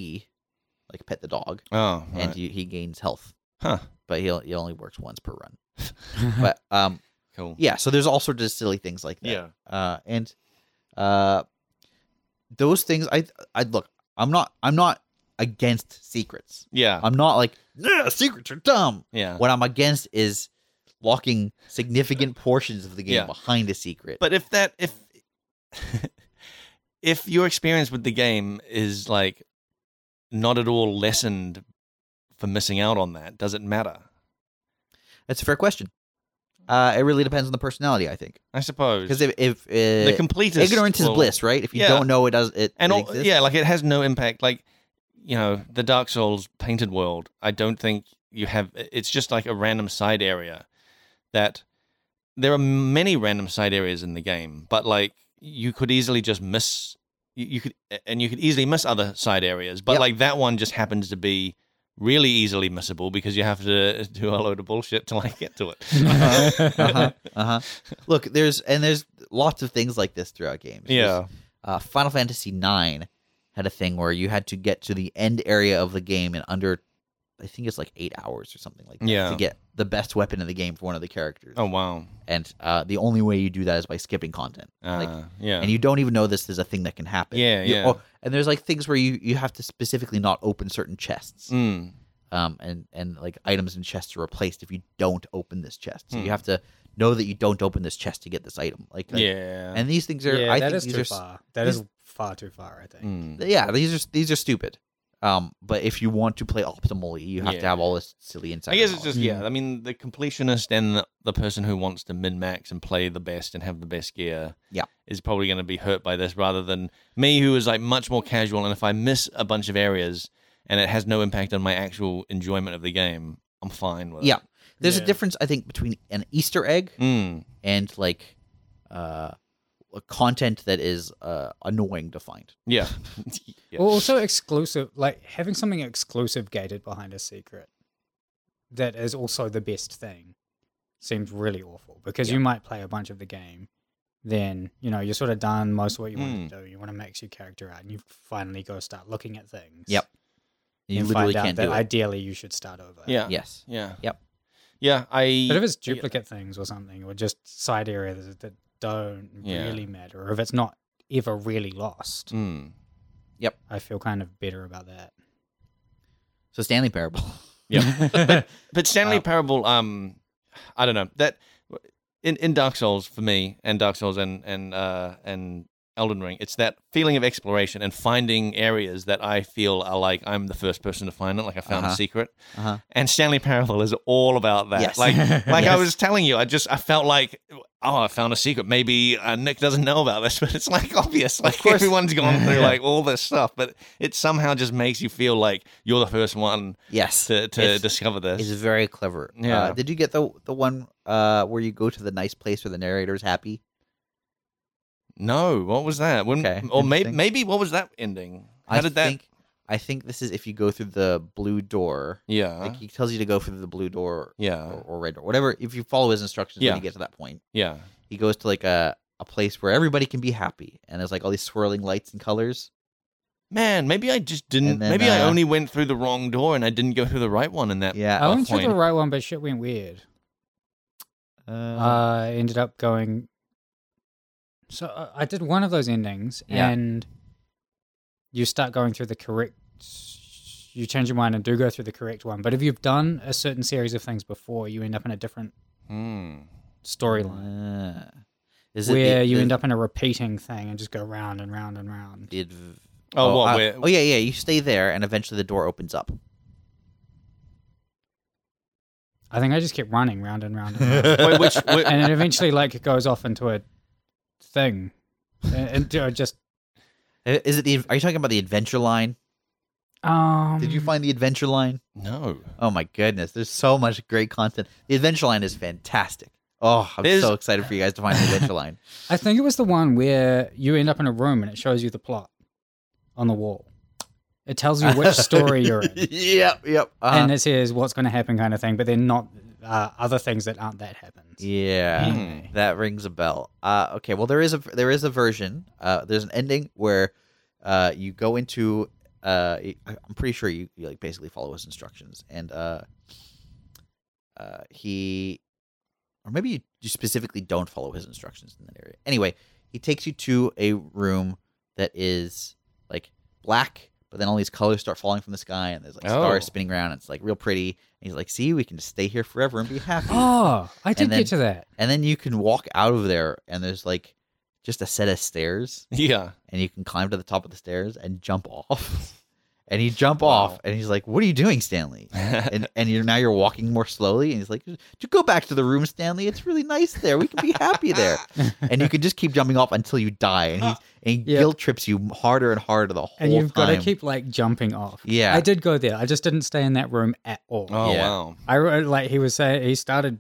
like pet the dog,
Oh, right.
and you, he gains health,
huh.
but he he only works once per run. but um,
Cool.
yeah. So there's all sorts of silly things like that.
Yeah.
uh, and uh, those things I I look, I'm not I'm not against secrets.
Yeah. Uh-huh.
I'm not like, yeah, secrets are dumb.
Yeah.
What I'm against is locking significant portions of the game
Yeah.
behind a secret.
But if that if if your experience with the game is like not at all lessened for missing out on that, does it matter?
that's a fair question. Uh, it really depends on the personality, I think.
I suppose
Because if, if
the
uh,
completest
ignorance is
will-
bliss, right? If you
Yeah.
don't know, it does it.
and
it
all,
exists.
yeah, like it has no impact. Like you know, the Dark Souls painted world. I don't think you have. It's just like a random side area that there are many random side areas in the game, but like you could easily just miss. You, you could and you could easily miss other side areas, but
Yep.
like that one just happens to be really easily missable because you have to do a load of bullshit to like get to it.
uh-huh, uh-huh. Look, there's and there's lots of things like this throughout games. There's,
yeah.
uh, Final Fantasy IX had a thing where you had to get to the end area of the game in under, I think it's like eight hours or something like that,
Yeah.
to get the best weapon in the game for one of the characters.
Oh wow.
And uh, the only way you do that is by skipping content.
Uh,
like,
yeah.
and you don't even know this is a thing that can happen.
Yeah,
You-
yeah.
oh, and there's like things where you, you have to specifically not open certain chests,
Mm,
um, and and like items in chests are replaced if you don't open this chest.
Mm.
So you have to know that you don't open this chest to get this item. Like, like-
yeah.
And these things are.
yeah,
I
that
think
is
these
too
are s-
far. That is far too far. I think.
Mm.
yeah these are these are stupid um but if you want to play optimally you have to
Yeah.
have all this silly insight
I guess it's
knowledge.
just yeah. I mean, the completionist and the, the person who wants to min max and play the best and have the best gear,
Yeah.
is probably going to be hurt by this rather than me, who is like much more casual. And if I miss a bunch of areas and it has no impact on my actual enjoyment of the game, I'm fine with
yeah
it.
there's a
Yeah.
difference i think between an easter egg
Yeah. Mm.
and like uh a content that is uh annoying to find
Yeah. yeah.
Well, also exclusive, like having something exclusive gated behind a secret that is also the best thing seems really awful because you might play a bunch of the game, then you know you're sort of done most of what you
Hmm.
want to do. You want to max your character out, and you finally go start looking at things.
Yep. you
and
literally
find out
can't
that
do it
ideally you should start over.
yeah. Yeah.
yes
Yeah.
Yep.
Yeah. I.
But if it's duplicate things or something, or just side areas that- that don't
Yeah.
really matter, or if it's not ever really lost,
Mm.
I feel kind of better about that.
so stanley parable
Yeah. but, but Stanley
Uh,
Parable, um, I don't know that in in Dark Souls for me, and Dark Souls and and uh and Elden Ring, it's that feeling of exploration and finding areas that I feel are like I'm the first person to find it, like I found
Uh-huh.
a secret.
Uh-huh.
And Stanley Parable is all about that.
Yes.
Like like I
Yes.
was telling you, I just I felt like oh I found a secret. Maybe uh, Nick doesn't know about this, but it's like obvious. Like
course.
everyone's gone through
Yeah.
like all this stuff, but it somehow just makes you feel like you're the first one
yes
to to
It's-
discover this.
it's very clever Uh,
Yeah.
did you get the the one uh where you go to the nice place where the narrator's happy
No, what was that? When,
Okay,
Or maybe
interesting.
maybe what was that ending? How
i
did that?
think i think this is if you go through the blue door
yeah,
like he Oh. tells you to go through the blue door
yeah,
or, or red or whatever. If you follow his instructions
Uh-huh. Yeah.
when you get to that point,
yeah.
he goes to like a, a place where everybody can be happy, and there's like all these swirling lights and colors.
Man, maybe I just didn't.
And then,
maybe I
uh,
only went through the wrong door and I didn't go through the right one in that.
Yeah,
I
uh,
went through the
point.
right one, but shit went weird.
uh,
I ended up going. So uh, I- I did one of those endings,
Yeah.
and you start going through the correct. You change your mind and do go through the correct one, but if you've done a certain series of things before, you end up in a different
Hmm.
storyline
uh, is it
where you end up in a repeating thing and just go round and round and round.
The,
Oh, what?
I-
where-
oh, yeah, yeah. You stay there, and eventually the door opens up.
I think I just kept running round and round, and, round.
wait, which? whi-
and it eventually like it goes off into a thing, and, and uh, just
Uh, Is it the? Are you talking about the adventure line?
um.
Did you find the adventure line?
no.
Oh my goodness, there's so much great content. The adventure line is fantastic. Oh, I'm
There's-
so excited for you guys to find the adventure line.
I think it was the one where you end up in a room and it shows you the plot on the wall. It tells you which story you're in,
yep, yep. uh-huh.
and it says what's going to happen, kind of thing. But then not uh, other things that aren't that happens.
yeah.
Hmm.
That rings a bell. Uh, okay, well there is a there is a version. Uh, there's an ending where uh, you go into. Uh, I- I'm pretty sure you, you like basically follow his instructions, and uh, uh, he, or maybe you, you specifically don't follow his instructions in that area. Anyway, he takes you to a room that is like black, but then all these colors start falling from the sky, and there's like
Oh.
stars spinning around. And it's like real pretty. And he's like, "See, we can just stay here forever and be happy."
Oh, I did
then-
get to that.
And then you can walk out of there, and there's like just a set of stairs,
Yeah.
and you can climb to the top of the stairs and jump off. And you jump
Wow.
off, and he's like, "What are you doing, Stanley?" and and you're now you're walking more slowly, and he's like, "Just go back to the room, Stanley. It's really nice there. We can be happy there." and you can just keep jumping off until you die, and, he's, and he
Yeah.
guilt trips you harder and harder the whole
Ah, And you've got
time.
to keep like jumping off.
Yeah.
I did go there. I just didn't stay in that room at all.
Oh
Yeah.
wow.
I wrote like he was saying he started,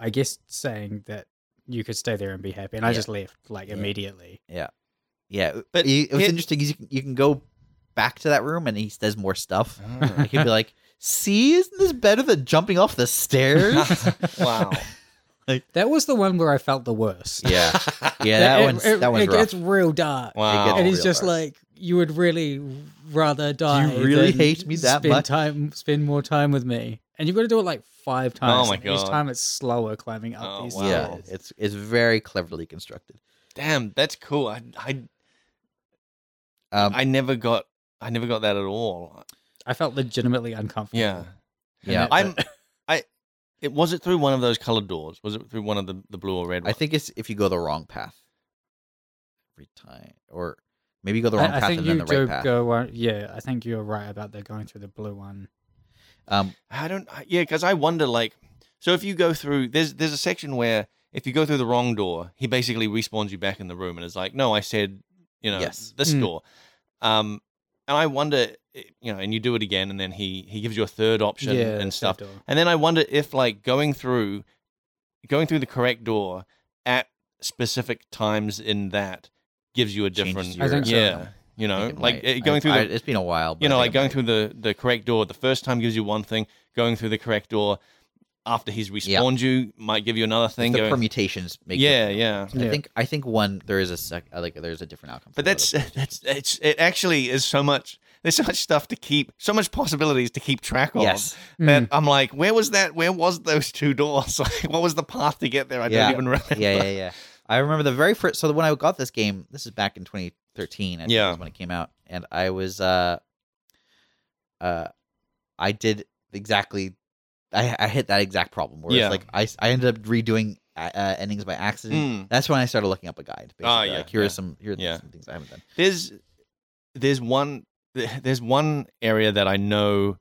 I guess, saying that you could stay there and be happy, and I
Yeah.
just left like immediately.
yeah,
But
but it was
it-
interesting. 'cause You can, you can go back to that room, and he says more stuff.
Oh.
I could be like, see, isn't this better than jumping off the stairs?
wow.
That was the one where I felt the worst.
yeah. Yeah, that
it,
one's
it,
that one's
it
rough.
gets real dark,
Wow.
and
Oh,
he's
real
just
dark.
like, you would really rather die.
really
than
hate me that
spend
much?
Time, spend more time with me, and you've got to do it like five times.
Oh, my
and
God.
Each time it's slower climbing up
Oh,
these
wow.
Yeah,
stairs.
it's it's very cleverly constructed.
Damn, that's cool. I I
Um,
I never got I never got that at all.
I felt legitimately uncomfortable.
Yeah.
in
Yeah.
that
I'm
bit.
I it was it through one of those colored doors? Was it through one of the, the blue or red
I
ones?
think it's if you go the wrong path every time, or maybe you go the wrong
I, I
path
think
and then
you
the
do
right path.
go. Uh, yeah, I think you're right about that going through the blue one.
Um,
I don't. I- Yeah, because I wonder. Like, so if you go through, there's there's a section where if you go through the wrong door, he basically respawns you back in the room and is like, "No, I said, you know,
Yes.
this
Mm.
door." Um, and I wonder, eh, you know, and you do it again, and then he he gives you a third option
yeah,
and
third
stuff.
door.
And then I wonder if like going through, going through the correct door at specific times in that gives you a
Changes
different.
your-
I think so.
Yeah, you
I
know,
think it
like
might.
eh,
I-
going through
I-
the
it's been a while. But
you know,
I
like
think it
going through the, the correct door the first time gives you one thing, going through the correct door after he's respawned you might give you another
might.
thing.
the
going-
permutations make
yeah,
different
yeah.
outcomes. I
Yeah.
think I think one there is a sec uh, like there's a different outcome. for
But
the
that's
other.
that's it's it actually is so much there's so much stuff to keep so much possibilities to keep track of.
yes,
That
Mm.
I'm like, where was that? Where was those two doors? Like, what was the path to get there? I
Yeah.
don't even remember.
yeah, yeah, yeah. I remember the very first. So when I got this game, this is back in 2013. I think
Yeah.
was when it came out, and I was, uh, uh, I did exactly, I I hit that exact problem where
Yeah.
it's like I s- I ended up redoing uh, uh, endings by accident.
Mm.
That's when I started looking up a guide. Basically.
Ah, yeah,
like, here
yeah.
are some here are
Yeah.
some things I haven't done.
There's there's one there's one area that I know.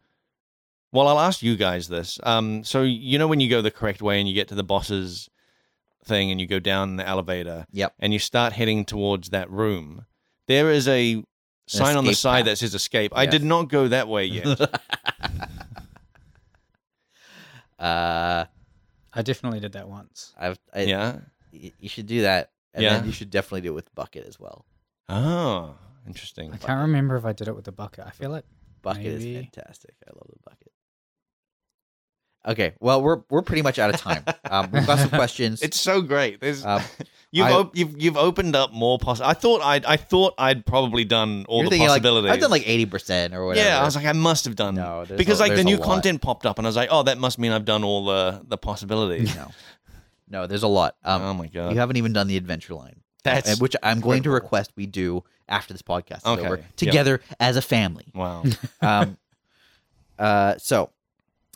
Well, I'll ask you guys this. Um, so you know when you go the correct way and you get to the boss's thing and you go down the elevator
Yep.
and you start heading towards that room, there is a sign on the
escape
side
path.
that says escape. I
Yes.
did not go that way yet.
uh,
I definitely did that once.
I've I,
yeah.
y- you should do that, and
Yeah.
then you should definitely do it with bucket as well.
Oh, interesting.
I can't remember if I did it with the bucket. I feel like
Bucket
Maybe.
is fantastic. I love the bucket. Okay, well we're we're pretty much out of time. Um, we've got some questions.
It's so great. There's
Um,
you've,
I-
op- you've you've opened up more poss. I thought I'd I thought I'd probably done all
You're
the
thinking, like,
possibilities.
I've done like eighty percent or whatever.
Yeah, I was like, I must have done
No, there's
because
a-
like the
there's a
new
lot.
content popped up, and I was like, oh, that must mean I've done all the the possibilities.
no, no, there's a lot. Um,
oh my god,
you haven't even done the adventure line,
that's
uh, which I'm going to
incredible.
request we do after this podcast is
Okay,
over
yeah.
together as a family.
wow.
Um, uh, so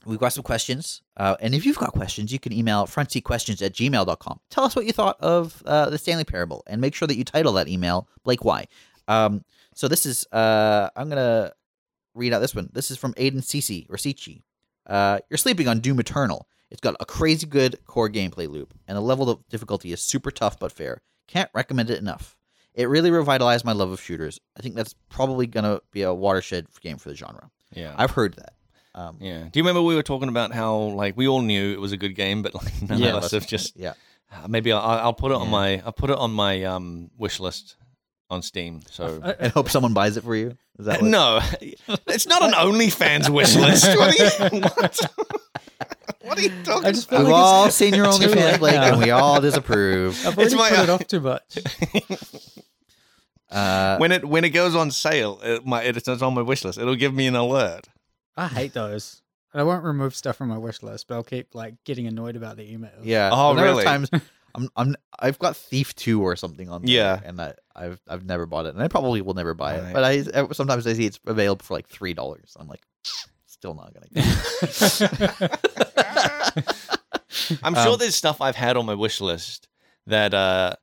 we've got some questions. Uh, and if you've got questions, you can email frontseatquestions at gmail.com. Tell us what you thought of uh, the Stanley Parable and make sure that you title that email Blake Y. Um, so this is, uh, I'm going to read out this one. This is from Aiden Cici or Cici. Uh, you're sleeping on Doom Eternal. It's got a crazy good core gameplay loop, and the level of difficulty is super tough but fair. Can't recommend it enough. It really revitalized my love of shooters. I think that's probably going to be a watershed game for the genre.
Yeah,
I've heard that. Um,
yeah. Do you remember we were talking about how like we all knew it was a good game, but like none
Yeah,
of us have just
yeah.
uh, maybe I'll, I'll put it on
Yeah.
my I'll put it on my um wish list on Steam. So.
I-
And hope someone buys it for you. Is that what?
no, it's not an OnlyFans wish list. What are you, what? What are you talking
I just feel
We've
like
all
it's-
seen your
Too
OnlyFans,
late
Blake,
now.
and we all disapprove.
I've already
my-
put it off too much.
Uh,
when it when it goes on sale, it, my it's on my wish list. It'll give me an alert.
I hate those. And I won't remove stuff from my wish list, but I'll keep like getting annoyed about the emails.
yeah.
Oh,
The number of
really?
Times I'm I'm I've got Thief Two or something on. there,
Yeah.
and I, I've I've never bought it, and I probably will never buy
Right.
it. But I sometimes I see it's available for like three dollars. I'm like, still not gonna. Get it.
I'm sure
Um,
there's stuff I've had on my wish list that uh,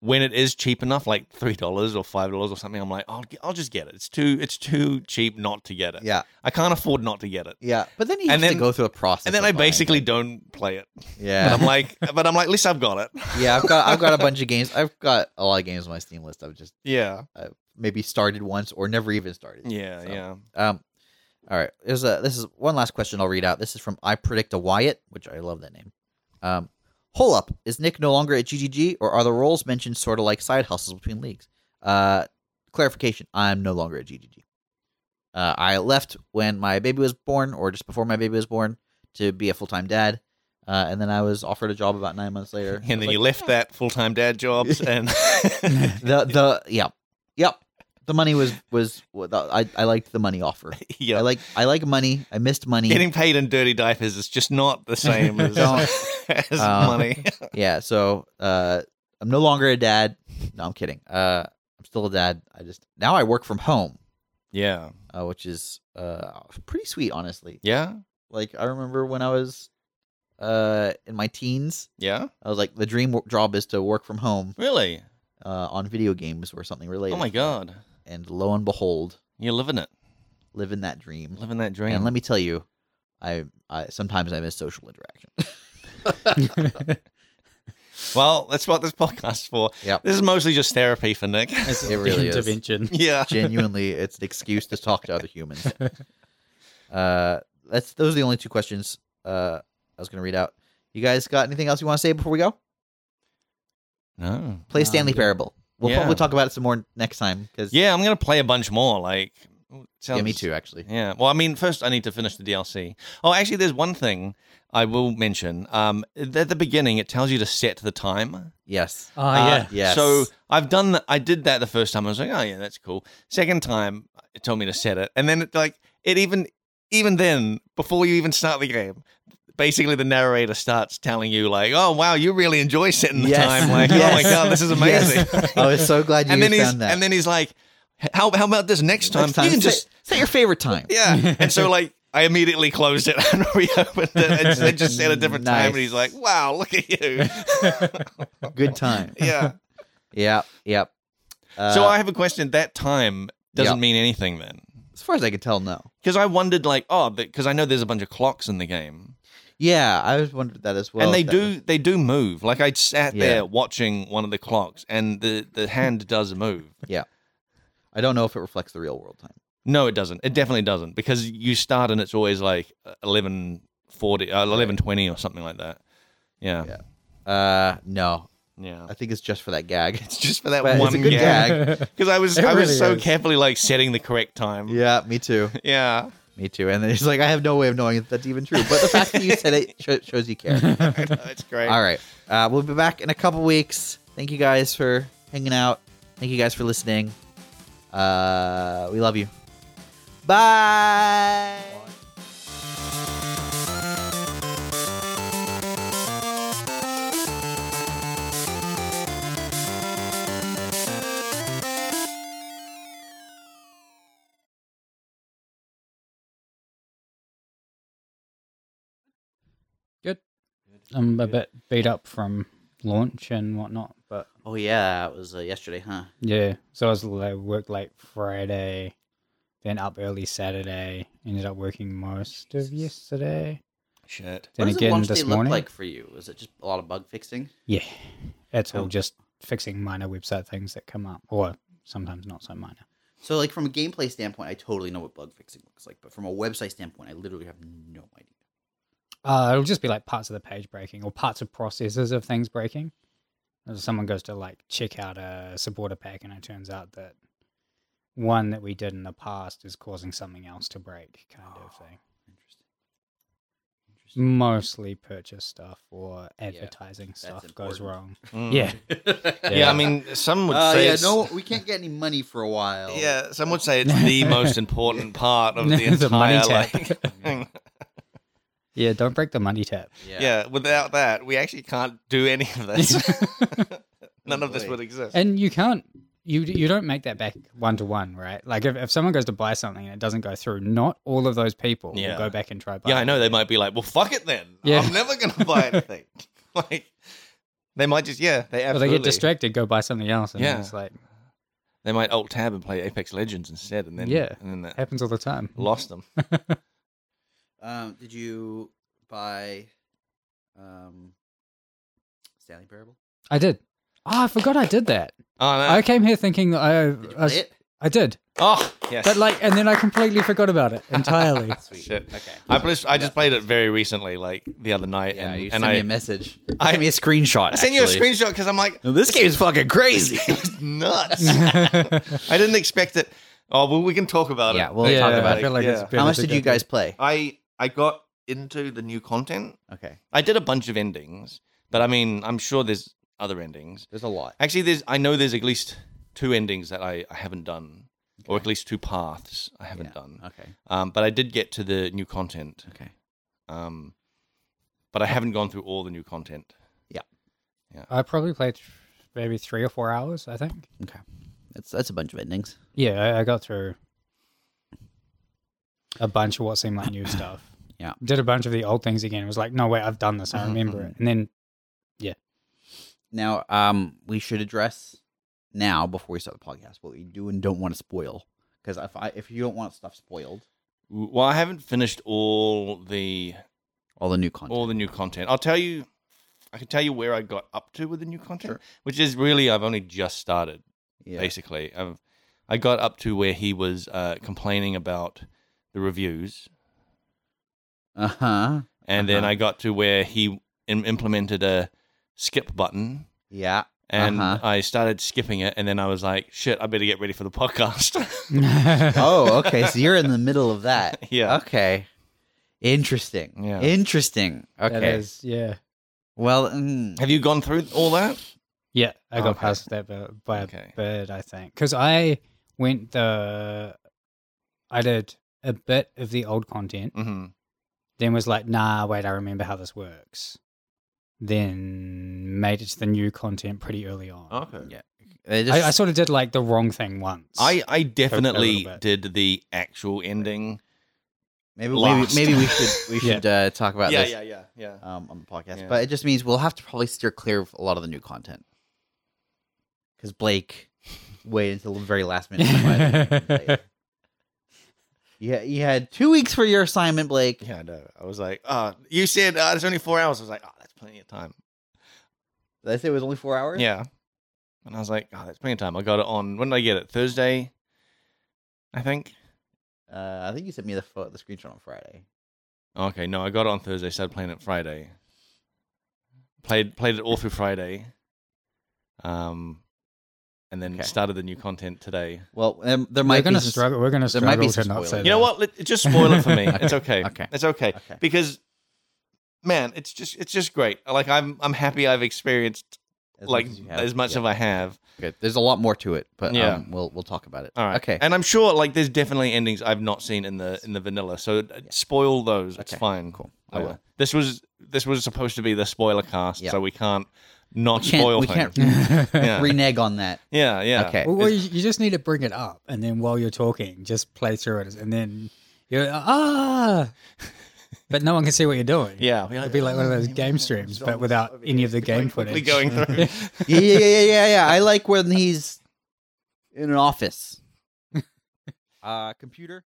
when it is cheap enough, like three dollars or five dollars or something, I'm like, I'll I'll just get it. It's too it's too cheap not to get it.
yeah,
I can't afford not to get it.
yeah. But then you
And
have
then-
to go through a process,
And then
of
I
buying
basically
it.
don't play it.
yeah.
But I'm like, but I'm like, at least I've got it.
yeah, I've got I've got a bunch of games. I've got a lot of games on my Steam list. I've just
Yeah,
maybe started once or never even started.
yeah,
So,
yeah.
Um, all right. There's a this is one last question I'll read out. This is from I predict a Wyatt, which I love that name. Um, hole up is Nick no longer at GGG, or are the roles mentioned sort of like side hustles between leagues? Uh, clarification: I'm no longer at GGG. Uh, I left when my baby was born, or just before my baby was born, to be a full time dad. Uh, and then I was offered a job about nine months later. I was
And then
like, "Hmm."
you left that full time dad jobs and
the the yeah yep the money was was I I liked the money offer.
yeah,
I like I like money. I missed money.
getting paid in dirty diapers is just not the same as,
Don't.
as
Um,
money.
yeah, so uh, I'm no longer a dad. No, I'm kidding. Uh, I'm still a dad. I just now I work from home,
Yeah,
uh, which is uh pretty sweet, honestly.
yeah,
Like I remember when I was uh in my teens,
yeah.
I was like the dream wo- job is to work from home
Really?
uh, on video games or something related.
Oh my god,
And lo and behold,
you're living it,
living that dream.
living that dream.
And let me tell you, I, I sometimes I miss social interaction.
Well, that's what this podcast's for.
Yep.
This is mostly just therapy for Nick.
It really is.
intervention.
yeah.
Genuinely, it's an excuse to talk to other humans. Uh, that's those are the only two questions uh, I was going to read out. You guys got anything else you want to say before we go?
No.
Play
No, I'm
Stanley
good.
Parable. We'll
Yeah.
probably talk about it some more next time because
Yeah, I'm gonna play a bunch more. Like, ooh, sounds,
yeah, me too actually.
Yeah. Well, I mean, first I need to finish the DLC. Oh, actually, there's one thing I will mention. Um, at the beginning, it tells you to set the time.
Yes,
Oh,
Uh,
yeah.
Yes.
So I've done. th- I did that the first time. I was like, oh yeah, that's cool. Second time, it told me to set it, and then it, like it even even then before you even start the game. Basically, the narrator starts telling you like, "Oh wow, you really enjoy setting the
Yes.
time. Like, oh my
Yes.
god, this is amazing."
I was so glad you
and then he's
found that.
and then he's like, "How how about this next time?
next time,
you can
say,
just
say your favorite time.
yeah." and so like, I immediately closed it and reopened it, and they just set a different time. And
Nice.
he's like, "Wow, look at you."
Good time.
yeah.
Yeah, yep. Uh,
so I have a question. That time doesn't
yeah.
mean anything then,
as far as I can tell, no.
because I wondered like, oh, because I know there's a bunch of clocks in the game,
Yeah, I was wondered that as well.
and they
if that
do
was-
they do move. Like I sat
Yeah.
there watching one of the clocks, and the the hand does move.
I don't know if it reflects the real world time.
No, it doesn't. It definitely doesn't because you start and it's always like eleven forty, uh, eleven twenty, or something like that. Yeah,
Yeah. Uh, no,
yeah.
I think it's just for that gag.
It's just for that
But it's
one
a good
gag
gag.
because I was
It
I was
really
so
is.
carefully like setting the correct time.
yeah, me too.
yeah.
Me too. And then he's like, I have no way of knowing if that's even true, but the fact that you said it sho- shows you care.
it's great.
All right, uh, we'll be back in a couple weeks. Thank you guys for hanging out. Thank you guys for listening. Uh, we love you. Bye.
Good. I'm a bit beat up from launch and whatnot, but
Oh yeah, it was uh, yesterday, huh?
yeah. So I was like, worked late Friday, then up early Saturday. Ended up working most of yesterday.
Shit.
Then again this morning.
for you? Was it just a lot of bug fixing?
Yeah, it's all
Oh.
just fixing minor website things that come up, or sometimes not so minor.
So, like from a gameplay standpoint, I totally know what bug fixing looks like, but from a website standpoint, I literally have no idea.
Uh, it'll just be like parts of the page breaking or parts of processes of things breaking. If someone goes to like check out a supporter pack and it turns out that one that we did in the past is causing something else to break, kind of thing.
Interesting. Interesting.
Mostly purchase stuff or advertising stuff goes
important.
wrong.
Mm.
Yeah.
yeah.
Yeah.
I mean, some would
Uh,
say.
yeah,
it's-
no, we can't get any money for a while.
Yeah, some would say it's the most important part of the
The money
entire
tap.
like, thing.
Yeah, don't break the money tap.
Yeah. without that, we actually can't do any of this. None of this
Boy.
would exist.
And you can't you you don't make that back one to one, right? Like if, if someone goes to buy something and it doesn't go through, not all of those people
Yeah.
will go back and try buy.
yeah, I
it.
know they might be like, "Well, fuck it then.
Yeah.
I'm never gonna buy anything." like, they might just yeah, they
Or
absolutely
they get distracted, go buy something else, and
Yeah.
yeah. it's like
They might alt tab and play Apex Legends instead, and then
Yeah.
and then that
happens all the time.
lost them.
Um, did you buy um, Stanley Parable?
I did. Oh, I forgot I did that.
Oh no!
I came here thinking that I
Uh, Did you
I,
Uh,
play
was-
it?
I did,
Oh yes.
but like, and then I completely forgot about it entirely.
Sweet.
Shit.
Okay.
I just I just played it very recently, like the other night,
Yeah,
and,
you
and
sent
I,
me a message.
I-
I sent me a screenshot.
I sent you a
actually.
screenshot because I'm like,
Now, this game's fucking crazy.
it's nuts.
yeah,
I didn't expect it. Oh well, we can talk about it.
Yeah, we'll Yeah, talk about
I
it.
feel like it's
yeah.
better
How much
to
did
go
you guys play?
I I got into the new content.
Okay,
I did a bunch of endings, but I mean, I'm sure there's other endings.
there's a lot.
Actually, there's I know there's at least two endings that I, I haven't done, or at least two paths I haven't
Yeah.
done.
Okay,
Um, but I did get to the new content.
okay.
Um, but I haven't gone through all the new content.
I probably played th- maybe three or four hours. I think.
That's that's a bunch of endings.
Yeah, I, I got through a bunch of what seemed like new stuff.
Yeah.
Did a bunch of the old things again. It was like, no, wait, I've done this. I remember it. And then,
Now, um, we should address now before we start the podcast what we do and don't want to spoil. Because if I if you don't want stuff spoiled,
Well, I haven't finished all the
all the new content.
all the new content. I'll tell you, I can tell you where I got up to with the new content, which is really I've only just started.
yeah.
Basically, I've I got up to where he was uh, complaining about the reviews,
Uh huh.
and then
Uh-huh.
I got to where he Im- implemented a skip button.
Yeah.
And
Uh-huh.
I started skipping it, and then I was like, "Shit, I better get ready for the podcast."
Oh, okay. So you're in the middle of that.
yeah,
Okay. Interesting.
Yeah.
Interesting.
that
Okay.
is- yeah.
Well, mm,
have you gone through all that?
Yeah, I got
Okay.
past that by, by
Okay.
a bit, I think. Because I went the. I did a bit of the old content,
Mm-hmm.
then was like, nah, wait, I remember how this works. Then made it to the new content pretty early on.
Okay.
it just-
I, I sort of did like the wrong thing once.
I I definitely
bit.
did the actual ending.
maybe
lost.
maybe, maybe we should we
Yeah.
should uh, talk about this
yeah, yeah.
Um, on the podcast,
Yeah.
but it just means we'll have to probably steer clear of a lot of the new content because Blake waited until the very last minute. to buy the- Yeah, you had two weeks for your assignment, Blake.
Yeah, I know. I was like, uh, you said uh, it's only four hours. I was like, oh, that's plenty of time.
Did I say it was only four hours?
Yeah. And I was like, oh, that's plenty of time. I got it on, when did I get it? Thursday, I think.
Uh, I think you sent me the pho- the screenshot on Friday.
Okay, no, I got it on Thursday, started playing it Friday. Played played it all through Friday. Um, and then
Okay.
started the new content today.
Well, um, there
we're
might
gonna
be some-
struggle. We're gonna
there might be
struggle to
some
not say.
spoilers.
You know what? Let, just spoil it for me. It's okay.
Okay.
It's okay.
Okay.
Because, man, it's just it's just great. Like I'm I'm happy I've experienced
as
like
much as you have.
as much
Yeah,
as I have.
good. There's a lot more to it, but
Yeah.
um, we'll we'll talk about it.
All right.
Okay.
And I'm sure like there's definitely endings I've not seen in the in the vanilla. So uh, spoil those. It's
Okay,
fine.
cool. I
I
will.
will. This was this was supposed to be the spoiler cast,
Yeah.
so we can't not
We can't-
spoil
we
things.
can't-
yeah.
Renege on that.
yeah, yeah.
Okay.
Well, well, you, you just need to bring it up, and then while you're talking, just play through it, and then you're ah, but no one can see what you're doing.
Yeah.
it'd be like one of those game streams, but without any of the game
quickly
footage.
going through.
yeah, yeah, yeah, yeah, yeah. I like when he's in an office. Uh, computer,